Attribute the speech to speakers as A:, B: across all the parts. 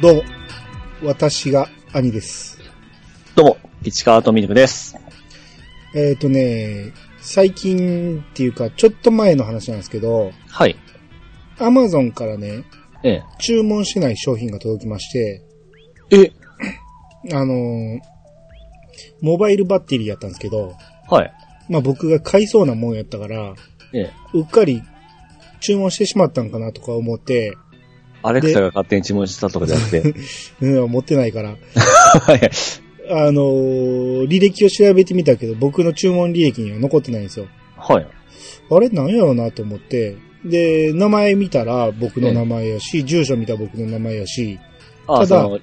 A: どうも。私が兄です。
B: どうも、市川とみるくです。
A: えっ、ー、とね、最近っていうか、ちょっと前の話なんですけど、
B: はい。
A: アマゾンからね、
B: え
A: 注文しない商品が届きまして、
B: え。え
A: あのーモバイルバッテリーやったんですけど、
B: はい。
A: まあ僕が買いそうなもんやったから、
B: ええ。
A: うっかり注文してしまったんかなとか思って、
B: アレクサが勝手に注文したとかじゃなくて。
A: うん、持ってないから、
B: はい。
A: あのー履歴を調べてみたけど、僕の注文履歴には残ってないんですよ。
B: はい。
A: あれなんやろうなと思って、で、名前見たら僕の名前やし、住所見たら僕の名前やし、
B: あ
A: ただ
B: あ、その、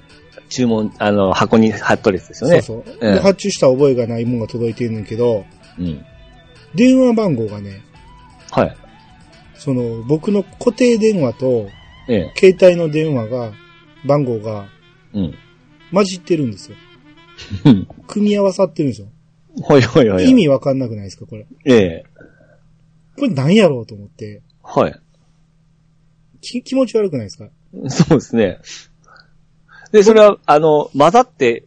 B: 注文、あの、箱に貼っとるやつですよね。う
A: そうそう。
B: ええ
A: で、発注した覚えがないもんが届いてるんだけど、
B: ん。
A: 電話番号がね、
B: はい。
A: その、僕の固定電話と
B: ええ。
A: 携帯の電話が、番号が
B: うん。
A: 混じってるんですよ。
B: うん
A: 組み合わさってるんですよ。
B: ほいほいほい。
A: 意味わかんなくないですか、これ。
B: ええ。
A: これなんやろうと思って、
B: はい。
A: き気持ち悪くないですか
B: そうですね。で、それは、あの、混ざって、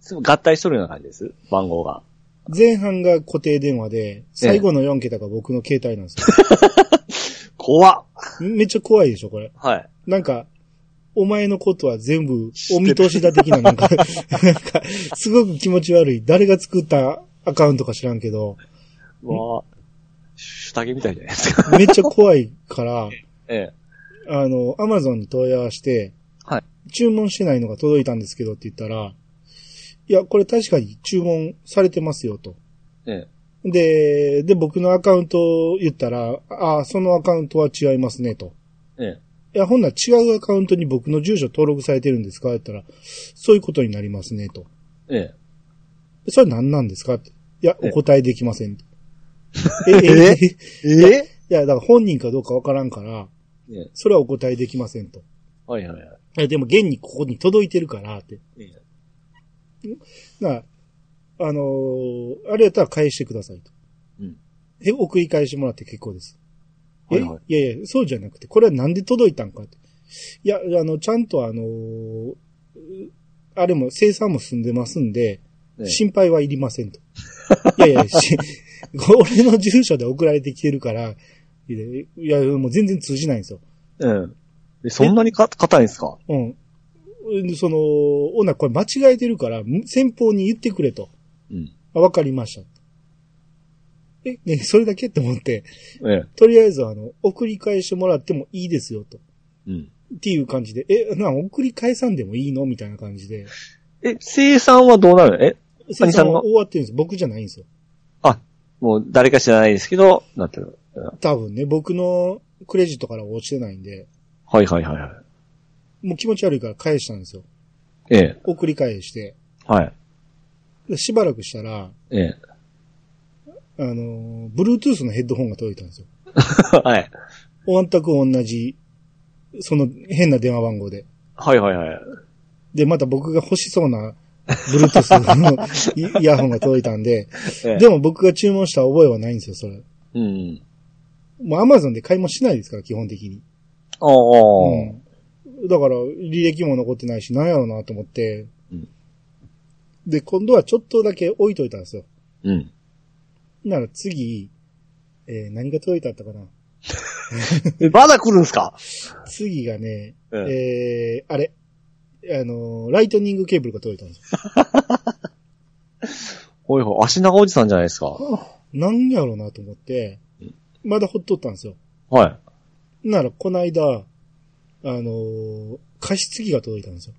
B: すぐ合体しとるような感じです。番号が。
A: 前半が固定電話で、最後の4桁が僕の携帯なん ですよ。
B: 怖っ
A: めっちゃ怖いでしょ、これ。
B: はい。
A: なんか、お前のことは全部お見通しだ的な、なん か、なんか、すごく気持ち悪い。誰が作ったアカウントか知らんけど、
B: うわあ下着みたいじゃないですか。
A: めっちゃ怖いから、
B: ええ。
A: あの、アマゾンに問い合わせて、
B: はい
A: 注文してないのが届いたんですけどって言ったら、いや、これ確かに注文されてますよと。
B: ええ。
A: で、で、僕のアカウントを言ったら、ああ、そのアカウントは違いますねと。
B: え
A: い
B: え。
A: や、ほんなら違うアカウントに僕の住所登録されてるんですかって言ったら、そういうことになりますねと。
B: ええ。
A: それ何なんですかって。いや、
B: え
A: お答えできません。 え、え、え、い
B: え
A: や、だから本人かどうかわからんから、
B: ええ。
A: それはお答えできませんと。
B: はいはいはい。
A: いやでも現にここに届いてるからって。
B: ええ
A: なあ、あのーあれやったら返してくださいと。
B: うん。
A: え、送り返してもらって結構です。え、
B: はいいはい
A: やいや、そうじゃなくて、これはなんで届いたんかって。いや、あの、ちゃんとあのーあれも、生産も済んでますんで、
B: ええ
A: 心配はいりませんと。いやいや、し 俺の住所で送られてきてるから、いや、いやもう全然通じないんですよ。
B: うん。え、そんなにか、硬いんですか
A: うん。その、女、これ間違えてるから、む先方に言ってくれと。
B: うん。
A: あわかりました。え、ね、それだけって思って、
B: え
A: とりあえず、あの、送り返してもらってもいいですよ、と。
B: え。うん。
A: っていう感じで、え、な、送り返さんでもいいのみたいな感じで。
B: え、生産はどうなるのえ、
A: 生
B: 兄さん
A: 産
B: の
A: は終わってるんです。僕じゃないんですよ。
B: あ、もう誰か知らないですけど、なってる。うん
A: 多分ね、僕のクレジットから落ちてないんで、
B: はいはいはいはい。
A: もう気持ち悪いから返したんですよ。
B: ええ。
A: 送り返して。
B: はい。
A: でしばらくしたら、
B: ええ。
A: あのー、Bluetooth のヘッドホンが届いたんですよ。
B: はい。
A: 全く同じ、その変な電話番号で。
B: はいはいはい。
A: で、また僕が欲しそうな、Bluetooth のイイヤホンが届いたんで、
B: ええ、
A: でも僕が注文した覚えはないんですよ、それ。
B: うん。
A: もう Amazon で買い物しないですから、基本的に。
B: ああ、
A: うん。だから、履歴も残ってないし、なんやろうなと思って。
B: うん
A: で、今度はちょっとだけ置いといたんですよ。
B: うん。
A: なら次、えー何が届いたったかな
B: え、まだ来るんすか
A: 次がね、
B: ええ。
A: えーあれ、あのーライトニングケーブルが届いたんですよ。
B: ほいほい、足長おじさんじゃないですか。
A: なんやろうなと思って
B: うん、
A: まだほっとったんですよ。
B: はい。
A: なら、この間、あのー加湿器が届いたんですよ。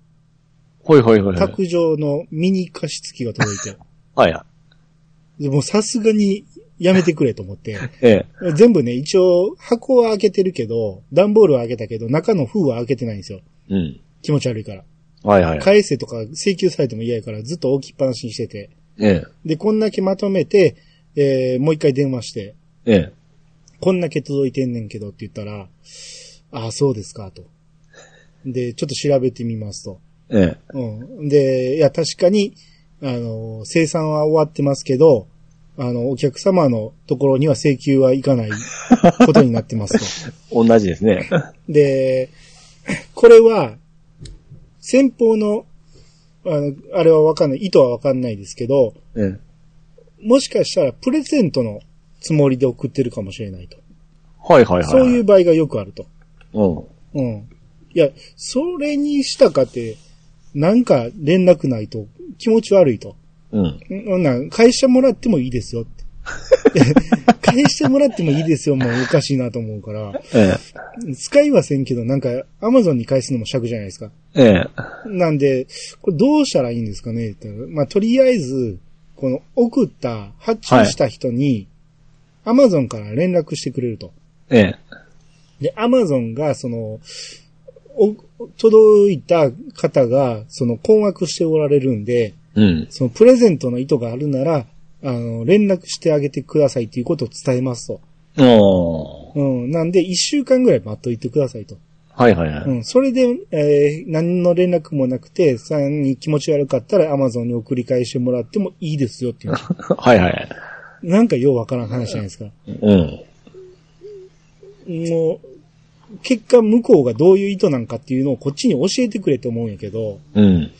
B: ほいほいほいほい。
A: 卓上のミニ加湿器が届いて。
B: はいは
A: でもうさすがにやめてくれと思 って。
B: い。ええ。
A: 全部ね、一応箱は開けてるけど、段ボールは開けたけど、中の封は開けてないんですよ。
B: うん。
A: 気持ち悪いから。
B: はいはい。
A: 返せとか請求されても嫌やからずっと置きっぱなしにしてて。
B: ええ。
A: で、こんだけまとめて、えーもう一回電話して、
B: ええ。
A: こんだけ届いてんねんけどって言ったら、ああ、そうですか、と。で、ちょっと調べてみますと。
B: ええ。
A: うん。で、いや、確かに、あの、生産は終わってますけど、あの、お客様のところには請求はいかないことにな ってますと。
B: 同じですね。
A: で、これは、先方の、あの、あれはわかんない、意図はわかんないですけど、
B: うん。
A: もしかしたらプレゼントのつもりで送ってるかもしれないと。
B: はいはいはい。
A: そういう。場合がよくあると。
B: うん。
A: うん。いや、それにしたかって、なんか連絡ないと気持ち悪いと。
B: うん。
A: んそんなん、返してもらってもいいですよって。返して もらってもいいですよもうおかしいなと思うから。
B: ええ。
A: 使いはせんけど、なんか、アマゾンに返すのも尺じゃないですか。
B: ええ。
A: なんで、これどうしたらいいんですかねって言ったらまあ、とりあえず、この送った、発注した人に、アマゾンから連絡してくれると。
B: ええ。
A: で、アマゾンが、その、お、届いた方が、その困惑しておられるんで、
B: うん。
A: そのプレゼントの意図があるなら、あの、連絡してあげてくださいということを伝えますと。
B: おー。
A: うん。なんで、一週間ぐらい待っといてくださいと。
B: はいはいは
A: う
B: い。
A: ん。それで、えー何の連絡もなくて、さらに気持ち悪かったらアマゾンに送り返してもらってもいいですよっていう。
B: はいはい。
A: なんかようわからん話じゃないですか。
B: うん。
A: もう、結果向こうがどういう意図なんかっていうのをこっちに教えてくれと思うんやけど、
B: うん。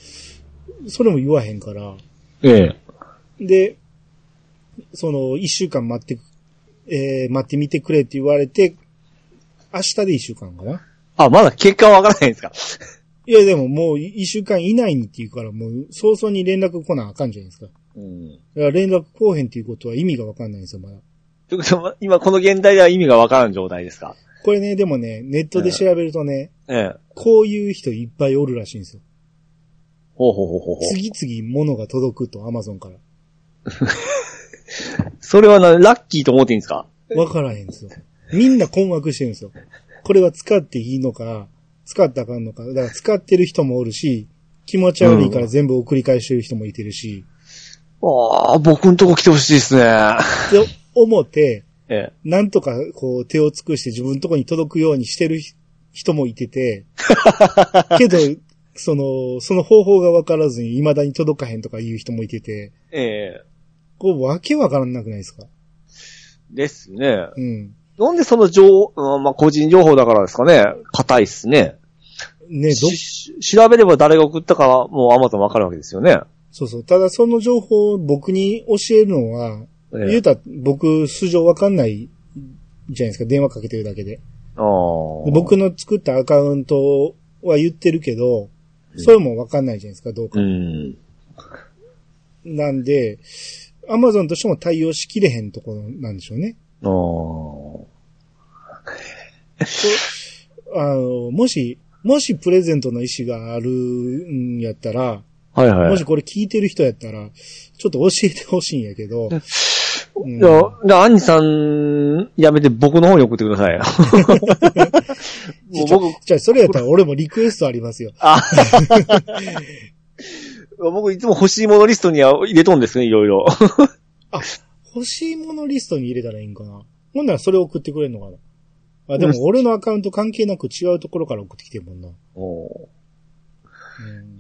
A: それも言わへんから。
B: ええ。
A: で、その、一週間待ってく、えー待ってみてくれって言われて、明日で一週間かな
B: あ、まだ結果はわからないんですか
A: いやでももう一週間以内にっていうからもう早々に連絡来なあかんじゃないですか。だか
B: うん。
A: ら連絡来へんっていうことは意味がわかんないんですよ、まだ。
B: ということは、今この現代では意味がわからん状態ですか
A: これね、でもね、ネットで調べるとね、
B: ええ。
A: こういう人いっぱいおるらしいんですよ。
B: ほうほうほうほうほう。
A: 次々物が届くと、アマゾンから。
B: それはな、ラッキーと思っていいんですか
A: わからへんですよ。みんな困惑してるんですよ。これは使っていいのか、使ったらあかんのか。だから使ってる人もおるし、気持ち悪いから全部送り返してる人もいてるし、
B: ああ、僕んとこ来てほしいですね。
A: で、思って、
B: え え。
A: なんとかこう手を尽くして自分のとこに届くようにしてるひ人もいて て、けど、その、その方法がわからずに未だに届かへんとかいう人もいてて、
B: ええ。
A: こう、わけわからなくないですか
B: ですね。
A: うん。
B: なんでその情、うんまあ、個人情報だからですかね。硬いっすね。
A: ね、ど、
B: し調べれば誰が送ったかはもうアマゾンわかるわけですよね。
A: そうそう。ただその情報を僕に教えるのは、言
B: え
A: うたら僕、素性わかんないじゃないですか、電話かけてるだけで。
B: あー
A: 僕の作ったアカウントは言ってるけど、それもわかんないじゃないですか、どうか。
B: うん。
A: なんで、アマゾンとしても対応しきれへんところなんでしょうね。
B: あー
A: あの、もし、もしプレゼントの意思があるんやったら、
B: はいはい。
A: もしこれ聞いてる人やったら、ちょっと教えてほしいんやけ ど、うん
B: いや、じゃあ、アンニさん、やめて僕の方に送ってください。もう 僕、
A: じゃあそれやったら俺もリクエストありますよ。
B: あ僕いつも欲しいものリストには入れとんですね、いろいろ。
A: 欲しいものリストに入れたらいいんかな。ほんならそれ送ってくれるのかな。あ、でも俺のアカウント関係なく違うところから送ってきてるもんな。
B: おー
A: う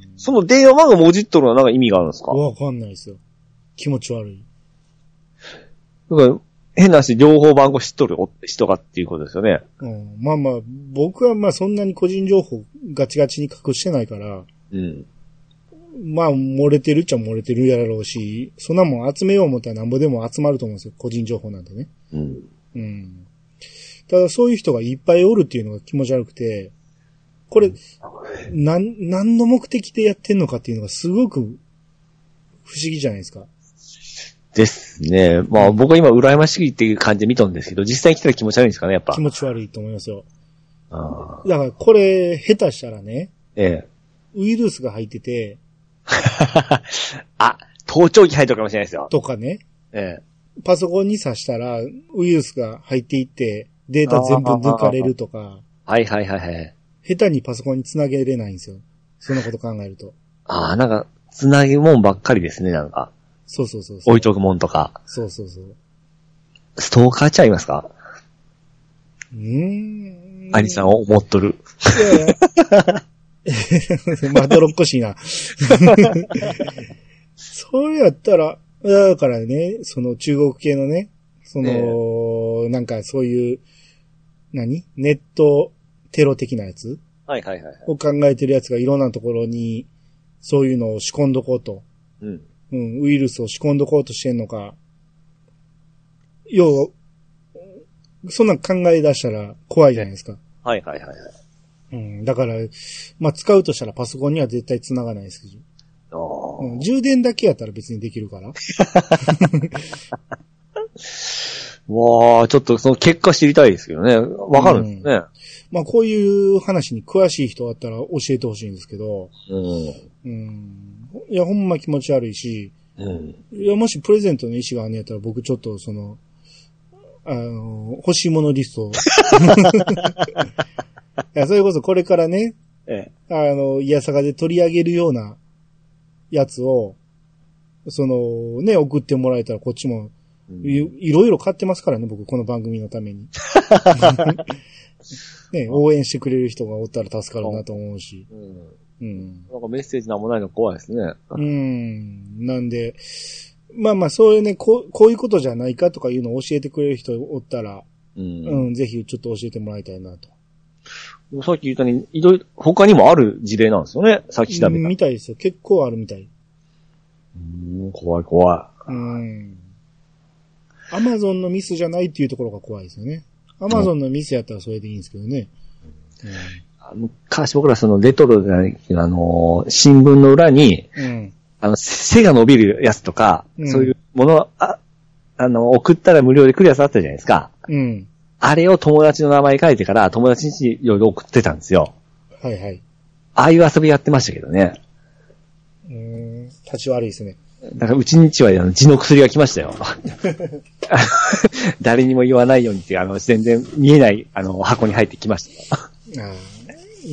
A: ん
B: その電話番号もじっとるのはなんか意味があるんですか
A: わかんないですよ。気持ち悪い。
B: だから変な話、両方番号知っとる人がっていうことですよね。
A: うん、まあまあ、僕はまあそんなに個人情報ガチガチに隠してないから、
B: うん。
A: まあ漏れてるっちゃ漏れてるやろうし、そんなもん集めよう思ったらなんぼでも集まると思うんですよ。個人情報なんてね。
B: うん。
A: うん。ただそういう人がいっぱいおるっていうのが気持ち悪くて、これ、なん、何の目的でやってんのかっていうのがすごく不思議じゃないですか。
B: ですね。まあ僕は今羨ましいっていう感じで見とんですけど、実際に来たら気持ち悪いんですかね、やっぱ
A: 気。持ち悪いと思いますよ。
B: あー
A: だからこれ、下手したらね、
B: ええ。
A: ウイルスが入ってて、
B: あ、盗聴器入っとるかもしれないですよ。
A: とかね、
B: ええ。
A: パソコンに挿したら、ウイルスが入っていって、データ全部抜かれるとか、
B: はいはいはいはい。
A: 下手にパソコンにつなげれないんですよ。そんなこと考えると。
B: ああ、なんか、つなぎもんばっかりですね、なんか。
A: そうそうそうそう。
B: 置いとくもんとか。
A: そうそうそう。
B: ストーカーちゃいますか
A: うーん。
B: 兄さんを思っとる。
A: まどろっこしいな。それやったら、だからね、その中国系のね、その、なんかそういう、何ネットテロ的なやつ
B: はいはいはいはい。
A: を考えてるやつがいろんなところに、そういうのを仕込んどこうと。
B: うん。
A: うん、ウイルスを仕込んどこうとしてんのか。要は、そんなん考え出したら怖いじゃないですか。
B: はいはいはいはい。
A: うん、だから、まあ、使うとしたらパソコンには絶対繋がないですけど。
B: あー
A: うん、充電だけやったら別にできるから。
B: わあ、ちょっとその結果知りたいですけどね。わかるんですね。
A: まあ、こういう話に詳しい人あったら教えてほしいんですけど、
B: うん。
A: うん、いや、ほんま気持ち悪いし、
B: うん。
A: いや、もしプレゼントの意思があんねやったら僕ちょっとその、あの、欲しいものリストを。いや、それこそこれからね、
B: ええ。
A: あの、いやさかで取り上げるようなやつを、その、ね、送ってもらえたらこっちもいいろいろ買ってますからね、僕、この番組のために。ね、応援してくれる人がおったら助かるなと思うし。
B: う
A: う
B: ん。
A: ん。
B: なんかメッセージなんもないの怖いですね。
A: うん。なんで、まあまあ、そういうね、こう、こういうことじゃないかとかいうのを教えてくれる人おったら、
B: う。
A: うんん、ぜひちょっと教えてもらいたいなと。
B: さっき言ったように、いろいろ、他にもある事例なんですよね。さっき調べた。
A: みたいですよ。結構あるみたい。
B: うん、怖い怖
A: うん。アマゾンのミスじゃないっていうところが怖いですよね。アマゾンのミスやったらそれでいいんですけどね。
B: い。昔僕らそのレトロじゃないけど、あのー、新聞の裏に、
A: うん。うん。
B: あの、背が伸びるやつとか、
A: うん
B: そういうもの、あ、あの、送ったら無料で来るやつあったじゃないですか。
A: うん。
B: あれを友達の名前書いてから友達にいろいろ送ってたんですよ。
A: はいはい。
B: ああいう遊びやってましたけどね。
A: うん。立ち悪いですね。
B: だからうちにちはあの血の薬が来まし たよ。誰にも言わないようにっていう、あの、全然見えない、あの、箱に入ってきましたよ。
A: ああ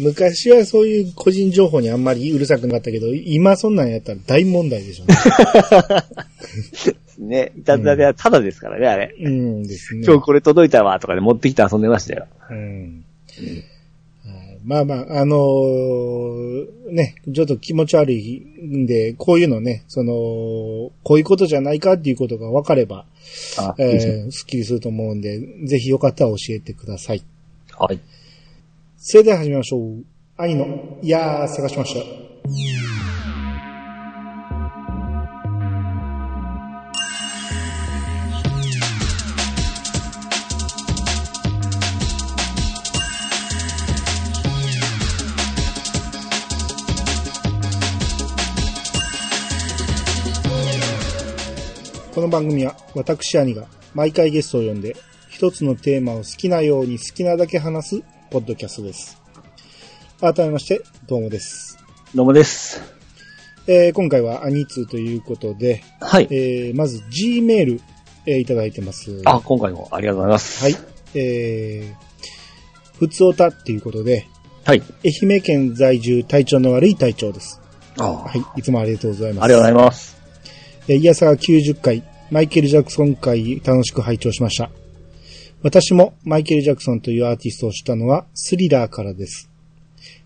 A: 昔はそういう個人情報にあんまりうるさくなかったけど、今そんなんやったら大問題で しょうね。
B: ね、いたずらではただですからね、あれ。
A: うんですね。
B: 今日これ届いたわ、とかで持ってきて遊んでましたよ。
A: うんはいまあまあ、あのーね、ちょっと気持ち悪いんで、こういうのね、その、こういうことじゃないかっていうことが分かれば、
B: あ、いいですね
A: えー、すっきりすると思うんで、ぜひよかったら教えてください。
B: はい。
A: それでは始めましょう。愛の、いやー、探しました。この番組は私兄が毎回ゲストを呼んで一つのテーマを好きなように好きなだけ話すポッドキャストです。改めまして、どうもです。
B: どうもです。
A: えー今回は兄通ということで、
B: はい。
A: えーまず G メール、えーいただいてます。
B: あ、今回もありがとうございます。
A: はい。。えー、ふつおたっていうことで、
B: はい。
A: 愛媛県在住体調の悪い体調です。
B: あ
A: は
B: はい。
A: い。いつもありがとうございます。
B: ありがとうございます。
A: えー、イヤサガ90回、マイケル・ジャクソン回楽しく拝聴しました。私もマイケル・ジャクソンというアーティストを知ったのはスリラーからです。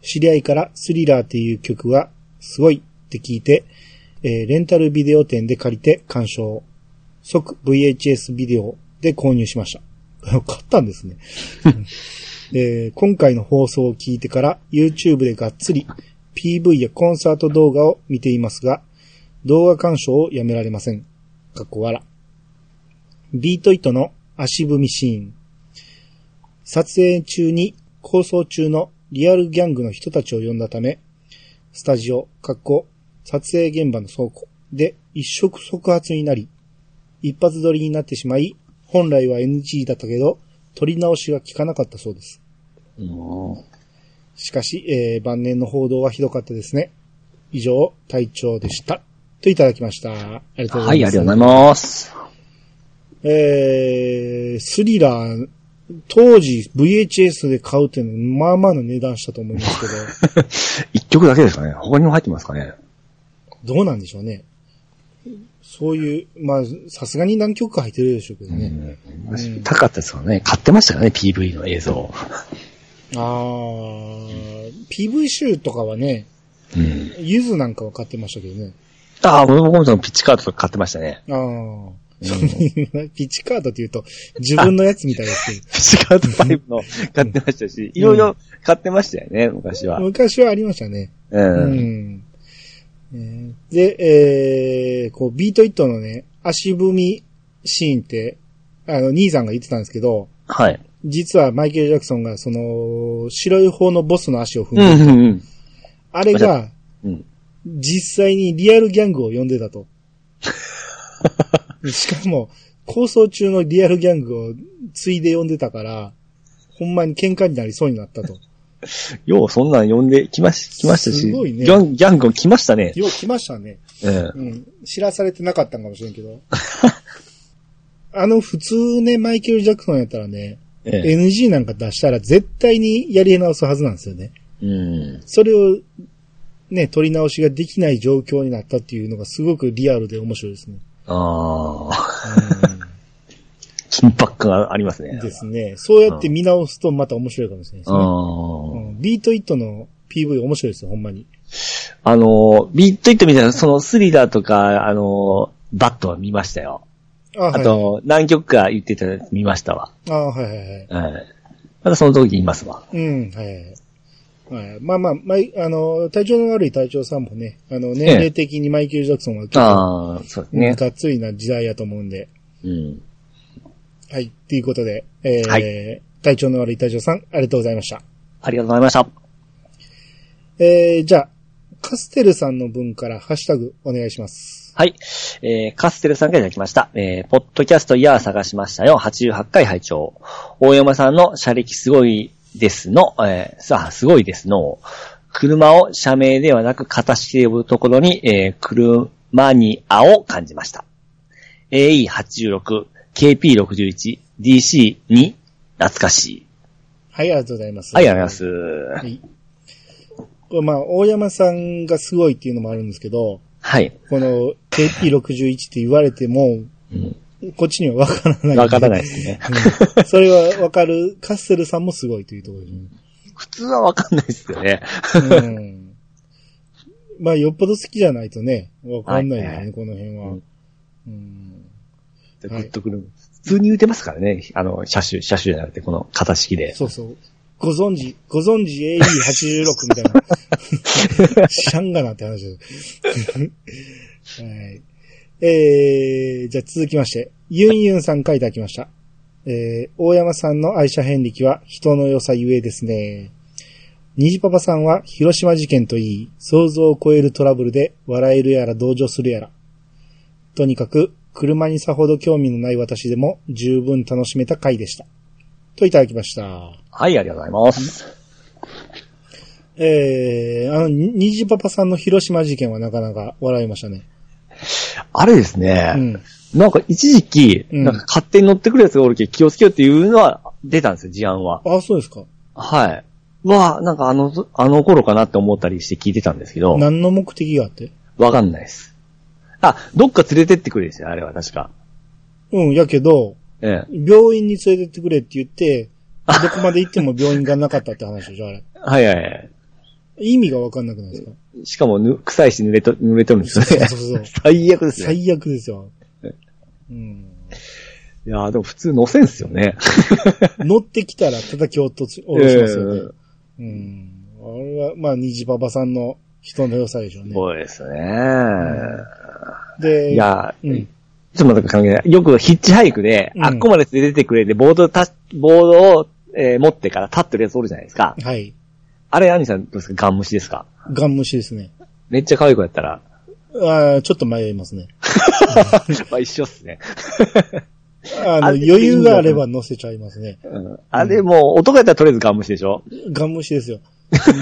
A: 知り合いからスリラーっていう曲がすごいって聞いて、えーレンタルビデオ店で借りて鑑賞。即 VHS ビデオで購入しました。 買ったんですね、うんえー今回の放送を聞いてから YouTube でがっつり PV やコンサート動画を見ていますが、動画鑑賞をやめられません。かっこわら。ビートイットの足踏みシーン。撮影中に構想中のリアルギャングの人たちを呼んだため、スタジオ、かっこ、撮影現場の倉庫で一触即発になり、一発撮りになってしまい、本来は NG だったけど、撮り直しが効かなかったそうです。
B: うん
A: しかし、えー晩年の報道はひどかったですね。以上、隊長でした。といただきました。ありがとうご
B: は
A: ざい
B: い、
A: ます。
B: ありがとうございます。
A: えー、スリラー、当時 VHS で買うっていうのは、まあまあの値段したと思い ますけ
B: 一曲だけですかね他にも入ってますかね
A: ど、どうなんでしょうね。そういう、まあ、さすがに何曲か入ってるでしょうけどね。
B: うん高かったですからね。買ってましたよね、PV の映像。
A: あー、PV 集とかはね、
B: うん。
A: ゆずなんかは買ってましたけどね。
B: ああ、僕もそのピッチカードとか買ってましたね。
A: あー、 ピッチカードって言うと、自分のやつみたいですけど、
B: ピチカートパイプの買ってましたし、いろいろ買ってましたよね、昔は。
A: 昔はありましたね。
B: う。
A: うんん。えーで、えーこう、ビートイットのね、足踏みシーンって、あの、兄さんが言ってたんですけど、
B: はい。
A: 実はマイケル・ジャクソンが、その、白い方のボスの足を踏ん
B: う
A: で、
B: ん、うん、
A: あれが、
B: うん。
A: 実際にリアルギャングを呼んでたと。しかも、構想中のリアルギャングを継いで呼んでたから、ほんまに喧嘩になりそうになったと。
B: よう、そんなん呼んできまし、来ましたし、
A: すごいね
B: ギャンギャング来ましたね。
A: よう来ましたね。
B: うん。
A: うん。知らされてなかったんかもしれんけど。あの、普通ね、マイケル・ジャクソンやったらね、
B: ええ
A: NG なんか出したら絶対にやり直すはずなんですよね。
B: うん。
A: それを、ね、取り直しができない状況になったっていうのがすごくリアルで面白いですね。
B: ああ、
A: うん
B: 緊迫感がありますね。
A: ですね。そうやって見直すとまた面白いかもしれないです
B: あ
A: ね。
B: あ。
A: うんビートイットの PV 面白いですよ、ほんまに。
B: あの、ビットイットみたいな、そのスリラーとか、あの、バットは見ましたよ。
A: あ、は
B: あ
A: い、
B: と、何曲か言ってたやつ見ましたわ。
A: あ、はいはいはい。
B: うん。またその時言いますわ。
A: うん、はいはい、はい。まあまあ、まい、あの、体調の悪い隊長さんもね、あの、年齢的にマイケル・ジャクソンは結構、
B: ああ、そうです
A: ね、
B: ね。
A: がっつりな時代やと思うんで。
B: うん。
A: はい、ということで、えー
B: は
A: 体調の悪い隊長さん、ありがとうございました。
B: ありがとうございました。
A: えー、じゃあ、カステルさんの分からハッシュタグお願いします。
B: はい。えー、カステルさんからいただきました。えー、ポッドキャストイヤー探しましたよ。88回拝聴大山さんの車歴すごいですの、えー、さあ、すごいですの。車を社名ではなく形で呼ぶところに、えー、車に青を感じました。AE86、KP61、DC2、懐かしい。
A: はい、ありがとうございます。
B: はい、ありがとうございま
A: は
B: す。
A: い。これまあ、大山さんがすごいっていうのもあるんですけど、
B: はい。
A: この KP61 って言われても、
B: うん
A: こっちにはわからない。
B: わからないですね。
A: うんそれはわかる。カッセルさんもすごいというところで
B: 普通はわかんないですよね。
A: すね。うんまあ、よっぽど好きじゃないとね、わかんないよね、
B: はいはい
A: この辺は。
B: う
A: うん
B: グッとくる。普通に打てますからね。あの、車種、車種じゃなくて、この型式で。
A: そうそう。ご存知、ご存知 AE86 みたいな。知らんがなって話です。はい。えー、じゃあ続きまして、ユンユンさん書いてあきました。えー、大山さんの愛車遍歴は人の良さゆえですね。虹パパさんは広島事件といい、想像を超えるトラブルで笑えるやら同情するやら。とにかく、車にさほど興味のない私でも十分楽しめた回でした。といただきました。
B: はい、ありがとうございます。
A: えー、あの、ににじパパさんの広島事件はなかなか笑いましたね。
B: あれです
A: う
B: ね、
A: ん。
B: なんか一時期、
A: うん
B: なんか勝手に乗ってくるやつがおるけど気をつけようっていうのは出たんですよ、事案は。
A: あ、そうですか。
B: はい。は、なんかあの、あの頃かなって思ったりして聞いてたんですけど、
A: 何の目的があって
B: わかんないです。あ、どっか連れてってくれですよ、あれは確か。
A: うん、やけど、
B: ええ。
A: 病院に連れてってくれって言っ て、どこまで行っても病院がなかったって話でしょ、あれ。
B: はいはいはい。
A: 意味がわかんなくないですか
B: しかもぬ、臭いし濡れと、濡れとるんですよね。
A: そうそうそう
B: 最悪ですね。
A: 最悪です よ。うん。
B: いやーでも普通乗せんすよね。
A: 乗ってきたら叩き落とし、下ろしますよ
B: ええ
A: ね。うん。あれは、まあ、にじパパさんの人の良さでしょうね。
B: そうですね。
A: で、
B: いや、
A: うん。
B: ちょっと待って関係ない。よくヒッチハイクで、
A: うん
B: あっこまで出てくれて、ボードた、ボードを、えー持ってから立ってるやつおるじゃないですか。
A: はい。
B: あれ、アニさんどうですかガン無視ですか
A: ガン無視ですね。
B: めっちゃ可愛い子やった ら、
A: ああ、ちょっと迷いますね。
B: まあ一緒っすね。
A: あの、
B: あれ
A: 余裕があれば乗せちゃいますね。
B: うんあれもう、男やったらとりあえずガン無視でしょ
A: ガン無視ですよ。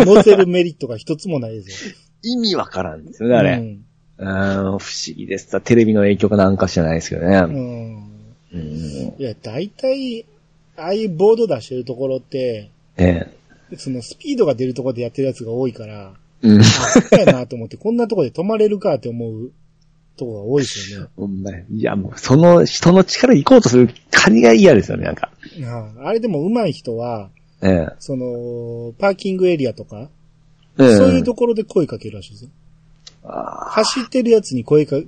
A: 乗せるメリットが一つもないですよ。
B: 意味わからんですよね、あれ。
A: う
B: うん、
A: ん
B: 不思議です。テレビの影響かなんかじゃないですけど
A: う
B: ね。
A: ん。
B: うん。
A: いや、大体、ああいうボード出してるところって、
B: ね
A: そのスピードが出るところでやってるやつが多いから、
B: うん。
A: あっやなと思って、こんなところで止まれるかって思うところが多いですよね。
B: ほんまやいや、もう、その人の力行こうとするカニが嫌ですよね、なんか。
A: あああれでも上手い人は、
B: ええ。
A: その、パーキングエリアとか、
B: そう
A: そういうところで声かけるらしいですよ。
B: あ
A: 走ってるやつに声か、あ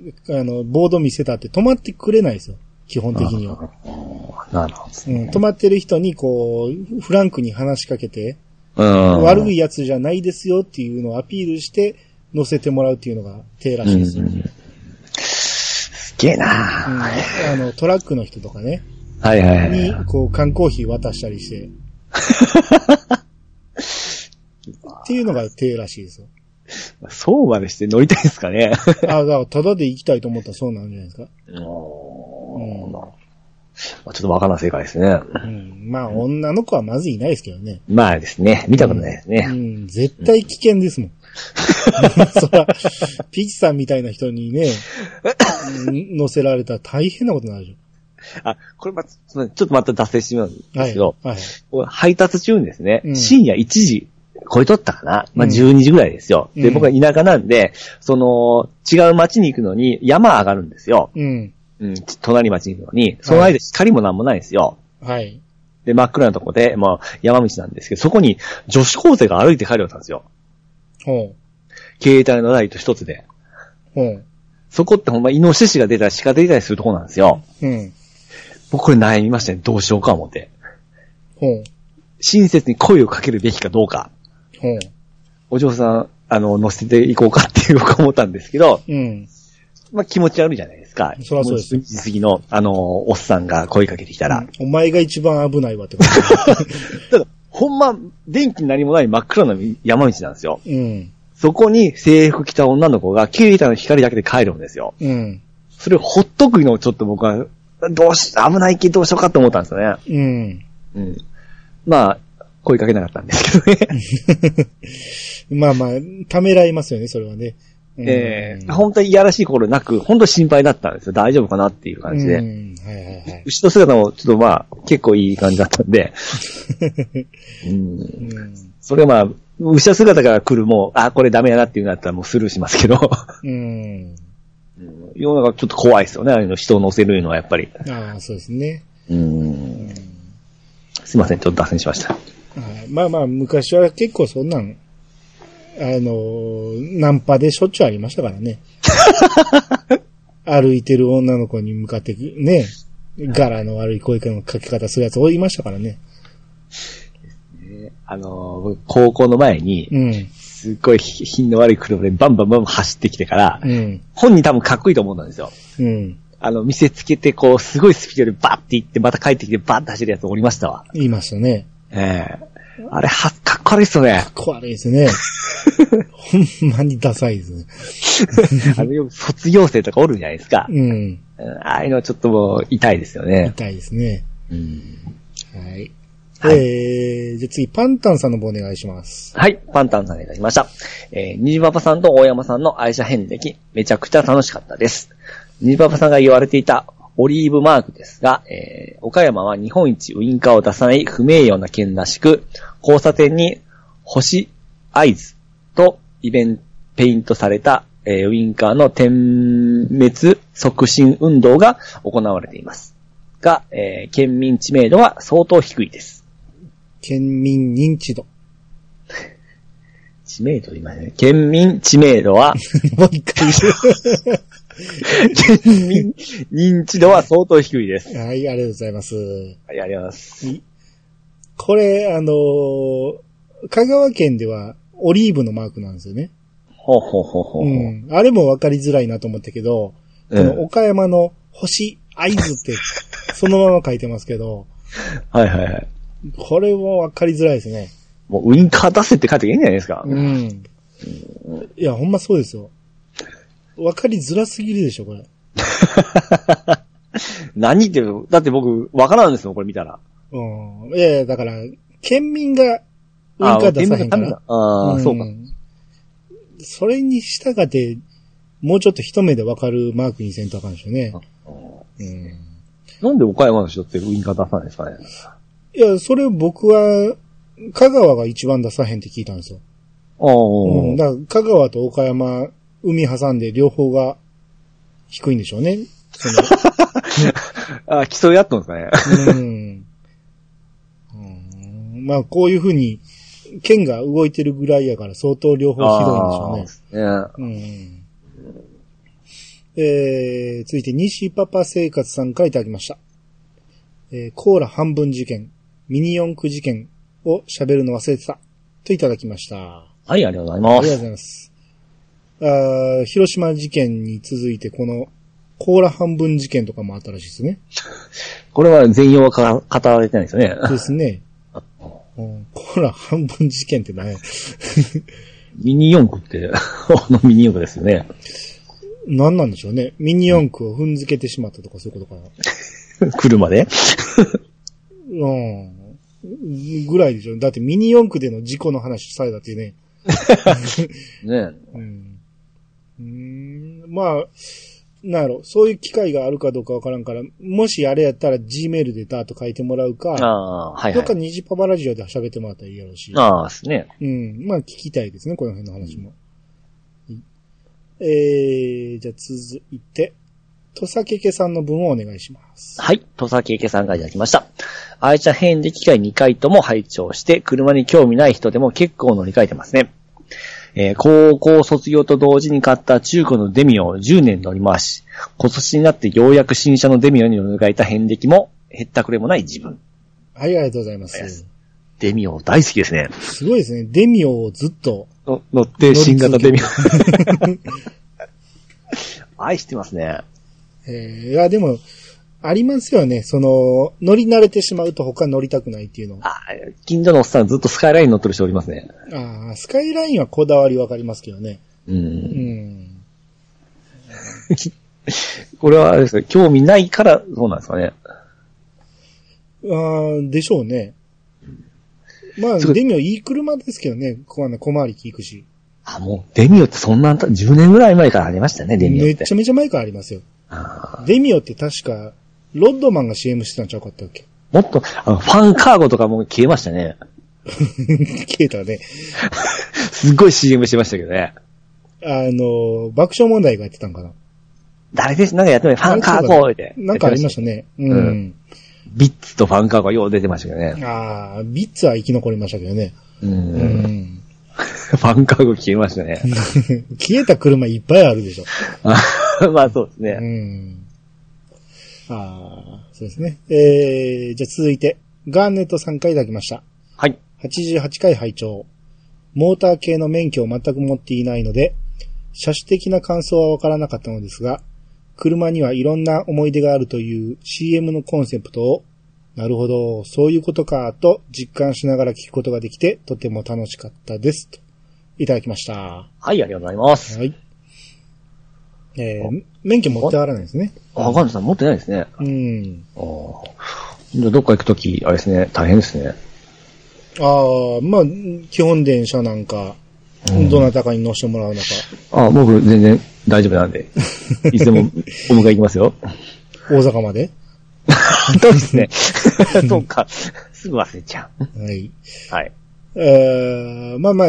A: の、ボード見せたって止まってくれないですよ。基本的には。
B: ーなるほどです
A: う
B: ね
A: ん、止まってる人にこう、フランクに話しかけて、
B: うん。
A: 悪いやつじゃないですよっていうのをアピールして、乗せてもらうっていうのが手らしいですよ。
B: うんうんすげえな
A: うん、あの、トラックの人とかね、
B: はいはいはい
A: に、こう、缶コーヒー渡したり して。っていうのが手らしいですよ。
B: そうまでして乗りたいですか
A: あ、
B: ね。
A: だから、ただで行きたいと思ったらそうなんじゃないですか。
B: おーまあちょっとわからん世界ですね。
A: うん。まあ、女の子はまずいないですけどね。
B: まあですね、見たことないです
A: う
B: ね。
A: ん、絶対危険ですもん。 そら、ピチさんみたいな人にね、うん乗せられたら大変なことになるでし
B: あ、これま、ちょっとまた脱線してみます
A: ょ。は
B: け
A: い。
B: ど、
A: はい。
B: 配達中にですね、
A: うん
B: 深夜1時超えとったかな、まあ、
A: うん
B: 12時ぐらいですよ。
A: う
B: で、
A: ん
B: 僕は田舎なんで、その、違う町に行くのに山上がるんですよ。
A: うん。
B: うん、ち隣町に行くのに、その間光もなんもないんですよ。
A: はい。
B: で、真っ暗なとこで、まあ、山道なんですけど、そこに女子高生が歩いて帰りよったんですよ。
A: ほう。
B: 携帯のライト一つで。
A: ほう。
B: そこってほんま、イノシシが出たり、鹿出たりするとこなんですよ。
A: うん。
B: 僕これ悩みましたね。どうしようか思って。
A: ほう。
B: 親切に声をかけるべきかどうか。
A: ほう。
B: お嬢さん、あの、乗せていこうかっていう僕は思ったんですけど、
A: うん。
B: まあ気持ち悪いじゃないですか。
A: そらそうです
B: も時過ぎの、あの、おっさんが声かけてきたら。
A: お前が一番危ないわ ってこと。
B: ただ、ほんま、電気何もない真っ暗な山道なんですよ。
A: うん。
B: そこに制服着た女の子が、携帯の光だけで帰るんですよ。
A: うん。
B: それをほっとくのをちょっと僕は、どうし、危ないけどどうしようかと思ったんですよね。
A: うん。
B: うん。まあ、声かけなかったんですけどね。
A: まあまあ、ためらいますよね、それはね。うん
B: ええ本当にいやらしい心なく、本当に心配だったんですよ。大丈夫かなっていう感じで。
A: うん。はいはいはい。
B: 牛の姿もちょっとまあ、結構いい感じだった んで。うん、
A: うん。
B: それはまあ、牛の姿から来るもう、あ、これダメやなっていうのだったらもうスルーします けど。
A: うん。
B: うん世の中ちょっと怖いですよね。あの人を乗せるのはやっぱり。
A: ああ、そうですね。
B: うん。すいません、ちょっと脱線しました。
A: はいまあまあ、昔は結構そんなん、あのー、ナンパでしょっちゅうありましたから ね。歩いてる女の子に向かって、ね、柄の悪い声のかけ方するやつおいましたからね。
B: あの、僕高校の前に、
A: うん。
B: すっごいひ品の悪い車でバンバンバンバン走ってきてから、
A: うん。
B: 本人多分かっこいいと思ったんですよ。
A: うん。
B: あの、見せつけて、こう、すごいスピードでバッて行って、また帰ってきてバッて走るやつおりましたわ。
A: 言いましたね。
B: ええあれ、は、かっこ悪いっすよね。
A: 怖いです ね。ほんまにダサいですね。
B: あの、卒業生とかおるじゃないですか。
A: うん。
B: うんああいうのはちょっともう、痛いですよね。
A: 痛いですね。
B: うん
A: はい。
B: はい
A: えー、じゃあ次、パンタンさんの方お願いします。
B: はい、パンタンさんがいただきました。えー、ニジパパさんと大山さんの愛車遍歴、めちゃくちゃ楽しかったです。ニジパパさんが言われていたオリーブマークですが、えー、岡山は日本一ウインカーを出さない不名誉な県らしく、交差点に星合図とイベント、ペイントされた、えー、ウインカーの点滅促進運動が行われています。が、えー、県民知名度は相当低いです。
A: 県民認知 度。
B: 知名度今ね。県民知名度は、
A: もう一回
B: 県民認知度は相当低いです。
A: はい、ありがとうございます。
B: はい、ありがとうございます。
A: これ、あのー香川県ではオリーブのマークなんですよね。
B: ほうほうほうほう。
A: うん。あれも分かりづらいなと思ったけど、
B: うん
A: この岡山の星合図って、そのまま書いてますけど、
B: はいはいはい。
A: これも分かりづらいですね。
B: もうウインカー出せって書いていいんじゃないですか。
A: うん。いや、ほんまそうですよ。分かりづらすぎるでしょ、これ。
B: 何言って、だって僕、わからんですもん、これ見たら。
A: うん。いやいや、だから、県民がウインカー出さへんから。
B: ああー、そうか。
A: ん。それに従って、もうちょっと一目でわかるマークにせんとあかんでしょうね。うん。
B: なんで岡山の人ってウインカー出さないんですかね。
A: いや、それ僕は、香川が一番出さへんって聞いたんですよ。
B: ああ、
A: うん。だから、香川と岡山、海挟んで両方が低いんでしょうね。そ
B: あー競い合ったんですかね。
A: の、うん。うんまあ、こういうふうに、県が動いてるぐらいやから相当両方ひどいんでしょうね。
B: あーね。
A: うん。えー、続いて、西パパ生活さんからいただきました。えー、コーラ半分事件、ミニ四駆事件を喋るの忘れてた。といただきました。
B: はい、ありがとうござい
A: あ
B: ま
A: りがとうご
B: す。
A: ざいます。あー広島事件に続いて、この、コーラ半分事件とかもあったらしいですね。
B: これは全容はか語られてないですよね。
A: ですね。うんコーラ半分事件って何や
B: ミニ四駆って、あのミニ四駆ですよね。
A: 何なんでしょうね。ミニ四駆を踏んづけてしまったとかそういうことかな。
B: 車で。
A: うん。ぐらいでしょ。だってミニ四駆での事故の話されたっていうね。
B: ね。
A: うん。うーん、まあ、なんやろ。そういう機会があるかどうかわからんから、もしあれやったら Gmail でダーッと書いてもらうか、
B: ああ、はい
A: ど
B: は
A: っか
B: い。
A: 虹パパラジオで喋ってもらったらいいやろうし。
B: ああ、ですね。
A: うん。まあ聞きたいですね、この辺の話も。えー、じゃあ続いて、とさけけさんの分をお願いします。
B: はい。土佐圭介さんからいただきました。愛車編で機会2回とも拝聴して、車に興味ない人でも結構乗り換えてますね。えー高校卒業と同時に買った中古のデミオを10年乗り回し、今年になってようやく新車のデミオに乗り換えた遍歴も、へったくれもない自分。
A: はい、ありがとうございま。
B: ありがとうございますデミオ大好きですね。
A: すごいですね。デミオをずっと、
B: の乗って新型デミオ。 愛してますね。
A: えー、いや、でも、ありますよね。その、乗り慣れてしまうと他乗りたくないっていうの。あ
B: あ近所のおっさんずっとスカイライン乗ってる人おりますね。
A: あー、スカイラインはこだわりわかりますけどね。
B: う。
A: うんん。
B: これはあれですよ興味ないからそうなんですかね。
A: ああ、でしょうね。まあ、
B: すごい
A: デミオいい車ですけどね。こうあの小回り効くし。
B: あ、もう、デミオってそんな、10年ぐらい前からありましたね、デミオ
A: め
B: っ
A: ってち。ゃめちゃ前からありますよ。
B: あ
A: デミオって確か、ロッドマンが CM してたんちゃうかったっけ
B: ーもっと、あの、ファンカーゴとかも消えましたね。
A: 消えたね。
B: すっごい CM してましたけどね。
A: あの、爆笑問題がやってたんかな。
B: 誰ですなんかやってない、ファンカーゴって。
A: なんかありました
B: ね。
A: ね。うん。
B: うんビッツとファンカーゴはよう出てましたけどね。
A: ああ、ビッツは生き残りましたけどね。
B: う。
A: うんん。
B: ファンカーゴ消えましたね。
A: 消えた車いっぱいあるでしょ。
B: あまあそうです
A: う
B: ね。
A: ん。ああ、そうですね。えー、じゃあ続いて、ガーネット3回いただきました。
B: はい。
A: 88回拝聴モーター系の免許を全く持っていないので、車種的な感想はわからなかったのですが、車にはいろんな思い出があるという CM のコンセプトを、なるほど、そういうことか、と実感しながら聞くことができて、とても楽しかったです。と、いただきました。は
B: はい、ありがとうございます。
A: い。えー、免許持ってはらないですね。
B: あ、ガンジさん持ってないですね。
A: うん。
B: あーじゃあどっか行くとき、あれですね、大変ですね。
A: ああ、まあ、基本電車なんか、どなたかに乗せてもらうのか。
B: あ、僕全然大丈夫なんで。いつでもお迎え行きますよ。
A: 大阪まで
B: そうですね。 そうか。すぐ忘れちゃ
A: はい。
B: う。はい。
A: えーまあまあ、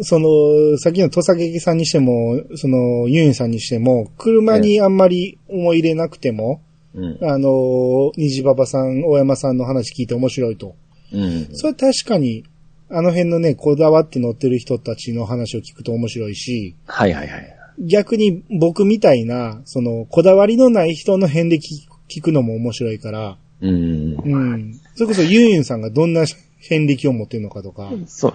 A: その、さっきの土佐劇さんにしても、その、ユンさんにしても、車にあんまり思い入れなくても、
B: うん。
A: あの、虹ババさん、大山さんの話聞いて面白いと。
B: うん。
A: それは確かに、あの辺のね、こだわって乗ってる人たちの話を聞くと面白いし、
B: はいはいはい。
A: 逆に僕みたいな、その、こだわりのない人の辺で聞聞くのも面白いから、
B: うん。
A: うん。それこそユンユンさんがどんな遍歴を持ってるのかとか、
B: そう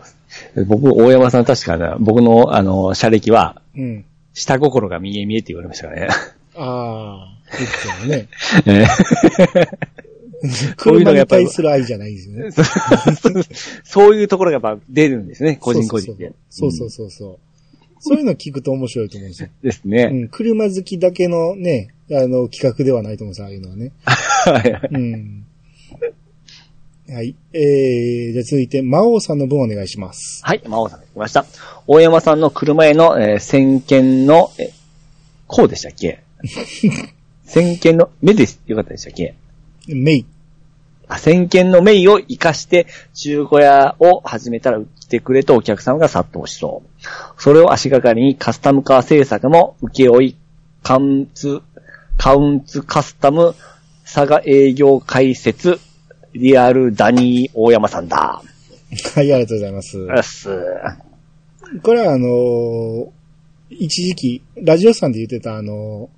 B: です。僕、大山さん確かね、僕の、あの、車歴は、
A: うん。
B: 下心が見え見えって言われましたからね。
A: ああ、言ってたよね。
B: え そうい
A: 車
B: うのがや
A: に
B: っぱり
A: 対する愛じゃないですよね
B: え。そうそういうところがやっぱ出るんですね、個人個人で。
A: そうそうそうそう。そういうの聞くと面白いと思うんです よ。
B: うんです
A: う
B: ね。
A: ん、車好きだけのね、あの、企画ではないと思うんですよ、ああいうのはね。
B: はい
A: うん。はい。えー、じゃあ続いて、魔王さんの分お願いします。
B: はい、魔王さんが来ました。大山さんの車への、えー先見の、えーこうでしたっけ先見の目です。よかったでしたっけ
A: メイ。
B: あ先見のメイを活かして、中古屋を始めたら売ってくれとお客様が殺到しそう。それを足がかりにカスタムカー制作も請負い、カウンツ、カウンツカスタム、佐賀営業解説、リアルダニー大山さんだ。
A: はい、ありがとうございます。
B: うっす。
A: これはあのー一時期、ラジオさんで言ってた、あの、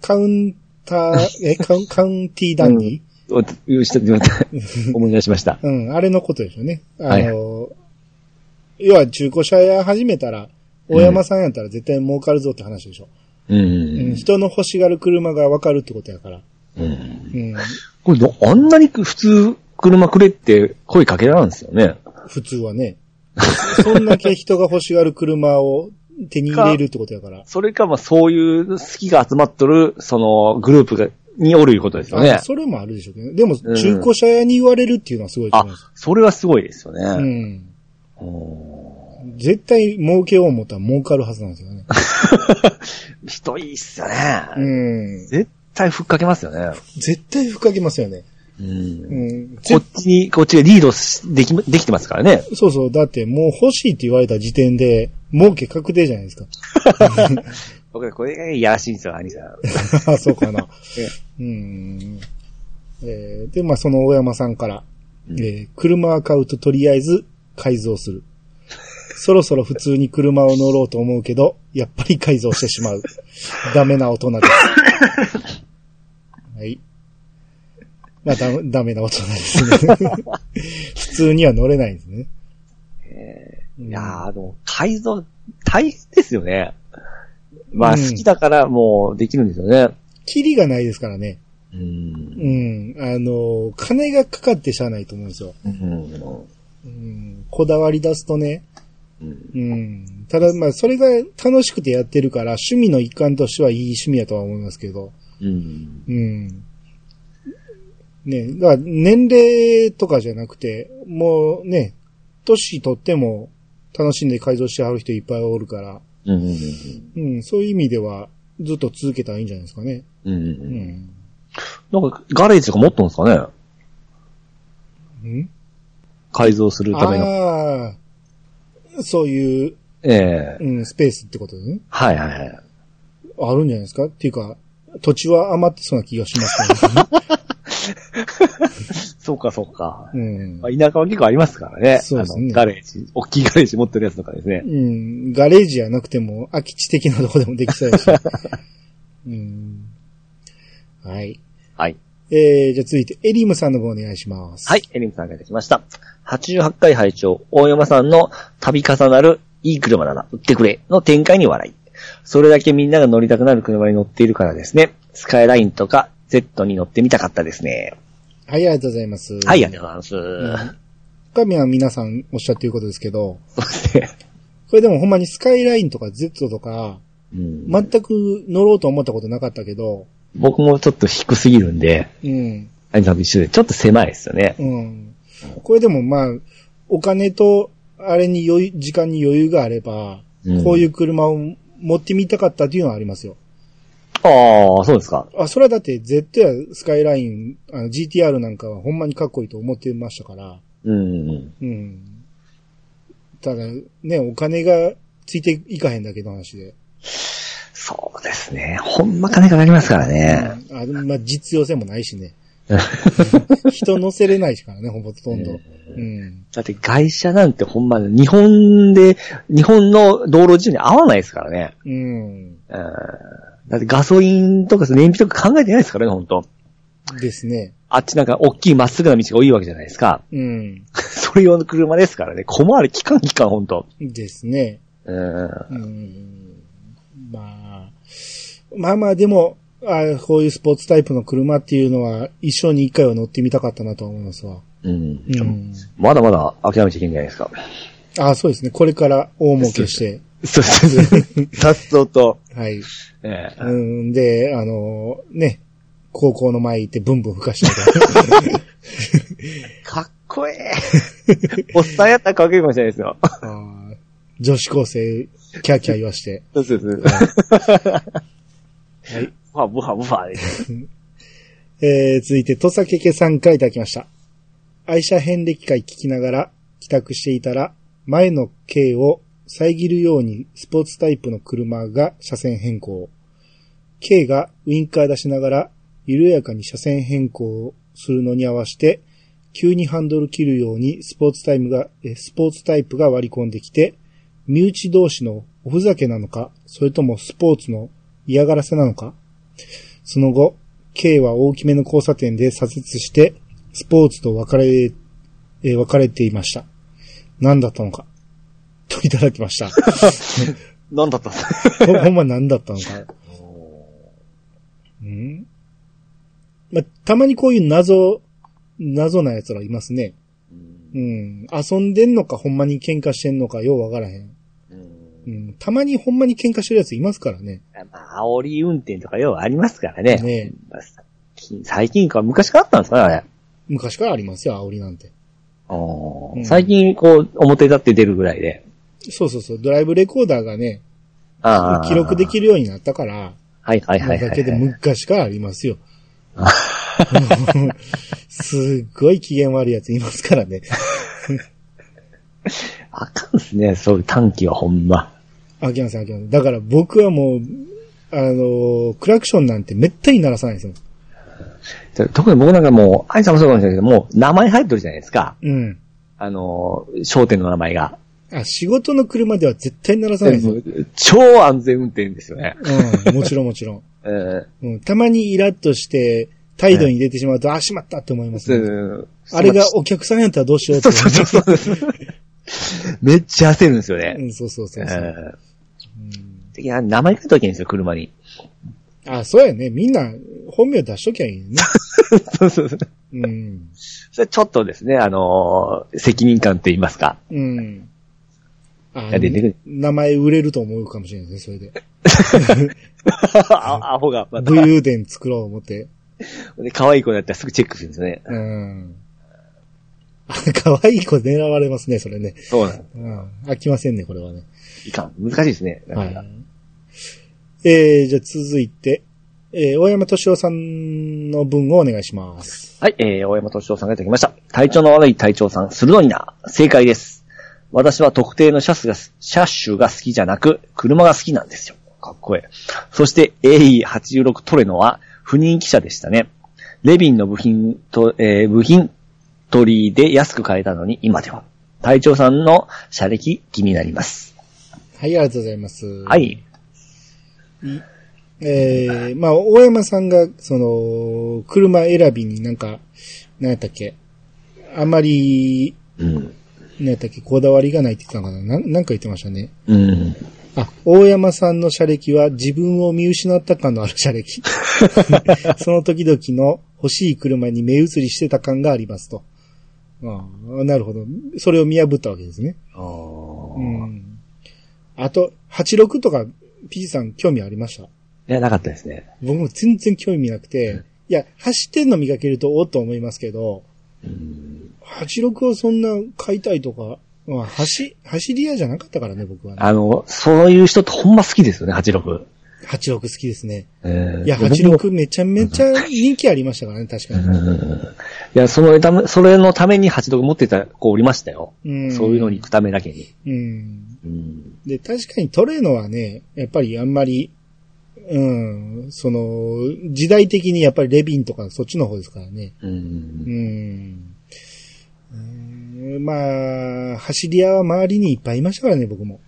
A: カウンター、 え、カウン、カウンティーダンディ、
B: おちょっと待って思い出しました。
A: うん、あれのことでしょうね。あの、
B: はい
A: 要は中古車屋始めたら、大山さんやったら絶対儲かるぞって話でしょ。
B: う
A: うん、
B: ん。
A: 人の欲しがる車がわかるってことやから。
B: うん。
A: うん、
B: これど、あんなに普通、車くれって声かけられるんですよね。
A: 普通はね。そんだけ人が欲しがる車を手に入れるってことや から。
B: それか、まあ、そういう好きが集まっとる、その、グループが、におるいうことですよね
A: あ。それもあるでしょうけど、ね、でも、
B: うん
A: 中古車屋に言われるっていうのはすごいと
B: あ
A: 思います。、
B: それはすごいですよ
A: う
B: ね。
A: ん。
B: うん
A: 絶対儲けよう思ったら儲かるはずなんですよね。
B: 人いいっすよ
A: う
B: ね。
A: ん。
B: 絶対ふっかけますよね。
A: 絶対吹っかけますよね。
B: うん
A: うん。
B: こっちに、こっちがリードしでき、できてますからね。
A: そうそう。だってもう欲しいって言われた時点で、儲け確定じゃないですか。
B: 僕ねこれがいやらしいんですよ、兄さん。
A: あ そうかな
B: え。
A: うん。えーで、まあ、その大山さんから、
B: うん
A: えー車は買うととりあえず改造する。 そろそろ普通に車を乗ろうと思うけど、やっぱり改造してしまう。 ダメな大人 です。はい。まあ、ダメダメな大人ですね。 普通には乗れないですね。
B: いやー、でも、改造、大変ですよね。まあ、
A: うん
B: 好きだからもうできるんですよね。
A: キリがないですからね。
B: うん。
A: うん。あの、金がかかってしゃあないと思うんですよ。
B: うん。
A: うん。こだわり出すとね。
B: うん。
A: うん。ただ、まあ、それが楽しくてやってるから、趣味の一環としてはいい趣味やとは思いますけど。
B: うん。
A: うん。ね、だから年齢とかじゃなくて、もうね、年取っても楽しんで改造してはる人いっぱいおるから、
B: うん。
A: うん、そういう意味ではずっと続けたらいいんじゃないですかね。
B: う。
A: うんん。
B: なんか、ガレージとか持っとんですかね
A: うん、
B: 改造するための。
A: ああ、そういう、
B: ええ
A: うん、スペースってことでね。
B: はいはいはい。
A: あるんじゃないですかっていうか、土地は余ってそうな気がしますけど ね。
B: そうかそうか。
A: うん
B: まあ、田舎は結構ありますからね。
A: そうですね
B: あのガレージ、大きいガレージ持ってるやつとかですね。
A: うん、ガレージじゃなくても空き地的なとこでもできそうだし。 うん、はい。
B: はい。
A: えー、じゃあ続いて、エリムさんの方お願いします。
B: はい、エリムさんがいただきました。88回拝聴大山さんの度重なるいい車だな、売ってくれの展開に笑い。それだけみんなが乗りたくなる車に乗っているからですね。スカイラインとか Z に乗ってみたかったですね。
A: はい、ありがとうございます。
B: はい、ありがとうございます。
A: 深見は皆さんおっしゃってることですけど、
B: そうですね。
A: これでもほんまにスカイラインとか Z とか、
B: うん
A: 全く乗ろうと思ったことなかったけど、
B: 僕もちょっと低すぎるんで、
A: うん、
B: アニさんと一緒でちょっと狭いですよね。
A: うん。これでもまあ、お金と、あれに余裕、時間に余裕があれば、
B: うん
A: こういう車を持ってみたかったっていうのはありますよ。
B: ああ、そうですか。
A: あ、それはだって Z やスカイライン、あの GTR なんかはほんまにかっこいいと思ってましたから、
B: うん。
A: うん。ただ、ね、お金がついていかへんだけの話で。
B: そうですね。ほんま金かかりますからね。
A: あでもまあ、実用性もないし ね。人乗せれないしからね、ほぼほとんど。うん。
B: だって外車なんてほんま日本で、日本の道路事情に合わないですからね。
A: うん。
B: うんだってガソリンとか燃費とか考えてないですからね、ほんと。
A: ですね。
B: あっちなんか大きいまっすぐな道が多いわけじゃないですか。
A: うん。
B: それ用の車ですからね。小回り期間期間ほんと。
A: ですね。
B: うん。
A: うんまあ、まあまあでも、あこういうスポーツタイプの車っていうのは一生に一回は乗ってみたかったなとは思いますわ。
B: うん
A: う。ん。
B: まだまだ諦めちゃいけないじゃない ですか。
A: あそうですね。これから大儲けして。
B: そうですね。さっそうと。
A: はい。
B: ええ
A: うんで、あのね、高校の前行ってブンブン吹かした りとか
B: かっこええ。おっさんやったらかっこいいかもしれないですよ。
A: あー女子高生、キャーキャー言わして。
B: そうそう そう。
A: はい。
B: ブファブファブファ。
A: えー、続いて、とさけけさんからいただきました。愛車遍歴会聞きながら帰宅していたら、前の軽を遮るようにスポーツタイプの車が車線変更。軽がウインカー出しながら、緩やかに車線変更をするのに合わせて、急にハンドル切るようにスポーツタイムが、えースポーツタイプが割り込んできて、身内同士のおふざけなのか、それともスポーツの嫌がらせなのか。その後、K は大きめの交差点で左折して、スポーツと別れ、えー別れていました。何だったのか。といただきました。
B: なんだったんですか
A: ほほんま何だったのか。うんまあ、たまにこういう謎、謎な奴らいますね。うん。遊んでんのか、ほんまに喧嘩してんのか、ようわからへん。うん。たまにほんまに喧嘩してる奴いますからね。
B: まあ、煽り運転とかようありますからね。
A: ね
B: まあ最近最近か、昔からあったんですかね、あれ。
A: 昔からありますよ、煽りなんて。
B: おー
A: うん
B: 最近、こう、表立って出るぐらいで。
A: そうそうそう、ドライブレコーダーがね、
B: ああ。
A: 記録できるようになったから、
B: はいはいはいはいは
A: だ
B: い。
A: けで昔からありますよ。 すっごい機嫌悪い奴いますからね。
B: あかんですね、そういう短期はほんま。
A: あきません、あきません。だから僕はもう、あのークラクションなんてめったに鳴らさないんですよ。
B: で特に僕なんかもう、アイさんもそうかもしれないけど、もう名前入ってるじゃないですか。
A: うん。
B: あのー、商店の名前が。
A: あ、仕事の車では絶対に鳴らさないんですよ。
B: 超安全運転ですよね。
A: うん、もちろんもちろん。
B: うん。
A: うん、たまにイラッとして、態度に出てしまうと、あ、しまったって思います、ね。
B: そう
A: あれがお客さんやったらどうしようって
B: そう。そうそうそう。めっちゃ焦るんですよ
A: う
B: ね。
A: ん、そうそうそうそう、
B: うんいや、名前書いときゃいいんですよ、車に。
A: あ、そうやね。みんな、本名出しときゃいい ね。
B: そうそうそう。
A: うん。
B: それちょっとですね、あのー責任感って言いますか。
A: うん。あ
B: いや出てくる
A: 名前売れると思うかもしれないですね、それで。
B: あアホ が、また
A: 武、勇伝作ろう思って。
B: で可愛い子だったらすぐチェックするんですよね。
A: うん。あ可愛い子狙われますね、それね。
B: そうなん
A: うん。飽きませんね、これはね。
B: いかん。難しいですね。なか
A: は
B: なか
A: い。えー、じゃあ続いて、えー、大山敏夫さんの文をお願いします。
B: はい、えー、大山敏夫さんがいただきました。体調の悪い隊長さん、鋭いな。正解です。私は特定の車種が、車種が好きじゃなく、車が好きなんですよ。かっこいい。そして AE86 トレノは不人気車でしたね。レビンの部品と、えー部品取りで安く買えたのに、今では。隊長さんの車歴気になります。
A: はい、ありがとうございます。
B: は。い。
A: えー、まあ、大山さんが、その、車選びになんか、何やったっけあんまり、
B: うん。
A: 何やったっけこだわりがないって言ってたのかななんなんか言ってましたね。
B: うん。
A: あ、大山さんの車歴は自分を見失った感のある車歴。 その時々の欲しい車に目移りしてた感がありますと。ああ、なるほど。それを見破ったわけですね。うん。あと、86とか、P さん興味ありました
B: いや、なかったですね。
A: 僕も全然興味なくて、いや、走ってんの見かけるとおっと思いますけど、86をそんな買いたいとか、まあ、走、走り屋じゃなかったからね、僕はね。
B: あの、そういう人ってほんま好きですよね、86。
A: 86好きですね。
B: えー
A: いや、86めちゃめちゃ人気ありましたからね、確かに。
B: いや、そのため、それのために86持ってた子おりましたよ。
A: うん
B: そういうのに行くためだけに。
A: うん。
B: うん。
A: で、確かにトレーノはね、やっぱりあんまり、うん、その、時代的にやっぱりレビンとかそっちの方ですからね。
B: うん
A: う。ん。うんまあ、走り屋は周りにいっぱいいましたからね、僕 も。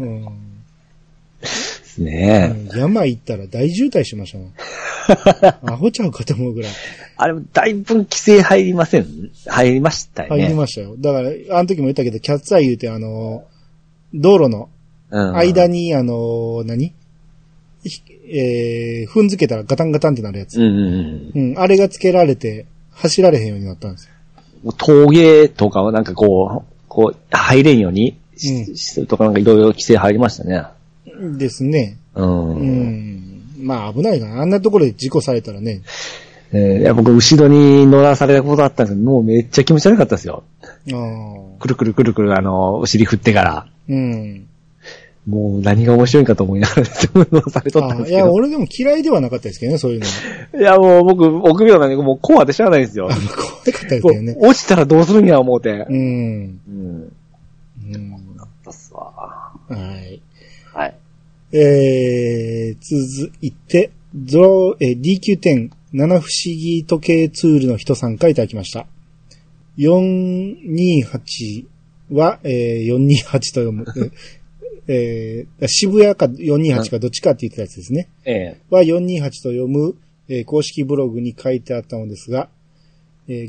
A: うん
B: ですね。
A: 山行ったら大渋滞しましたもん。 アホちゃうかと思うぐらい
B: あれもだいぶ規制入りません入りましたよね。
A: 入りましたよ。だから、あの時も言ったけど、キャッツアイ言うて、あの、道路の
B: うん。
A: 間に、あの、何ひえー、踏んづけたらガタンガタンってなるやつ
B: う。んうんうん。
A: うん、あれが付けられて、走られへんようになったんですよ。
B: もう峠とかはなんかこう、こう、入れんようにし、
A: うん
B: しとかなんかいろいろ規制入りましたね。
A: ですね。
B: うん。
A: うん。まあ危ないな。あんなところで事故されたらね。
B: えーいや僕、後ろに乗らされたことあったんですけど、もうめっちゃ気持ち悪かったですよ。
A: ああ。
B: くるくるくるくる、あの、お尻振ってから。
A: うん。
B: もう何が面白いかと思いながら、自分のされとったん
A: あ
B: で
A: い
B: すけ
A: や、
B: ど。
A: 俺でも嫌いではなかったですけどね、そう いうのは。
B: いや、もう僕、臆病なんで、もうこうはでしゃあないんですよ。
A: 怖かったです
B: こ
A: けどね。
B: う落ちたらどうするんや、思うて
A: う。ん。
B: うん。
A: うん。
B: だっすわ。
A: はい。
B: はい。
A: えー、続いて、ゾロ、えー、DQ10、七不思議時計ツールの人参加いただきました。428は、えー、428と読む。えー えー、渋谷か428かどっちかって言ってたやつですね。
B: ええ
A: は428と読む、えー公式ブログに書いてあったのですが、えー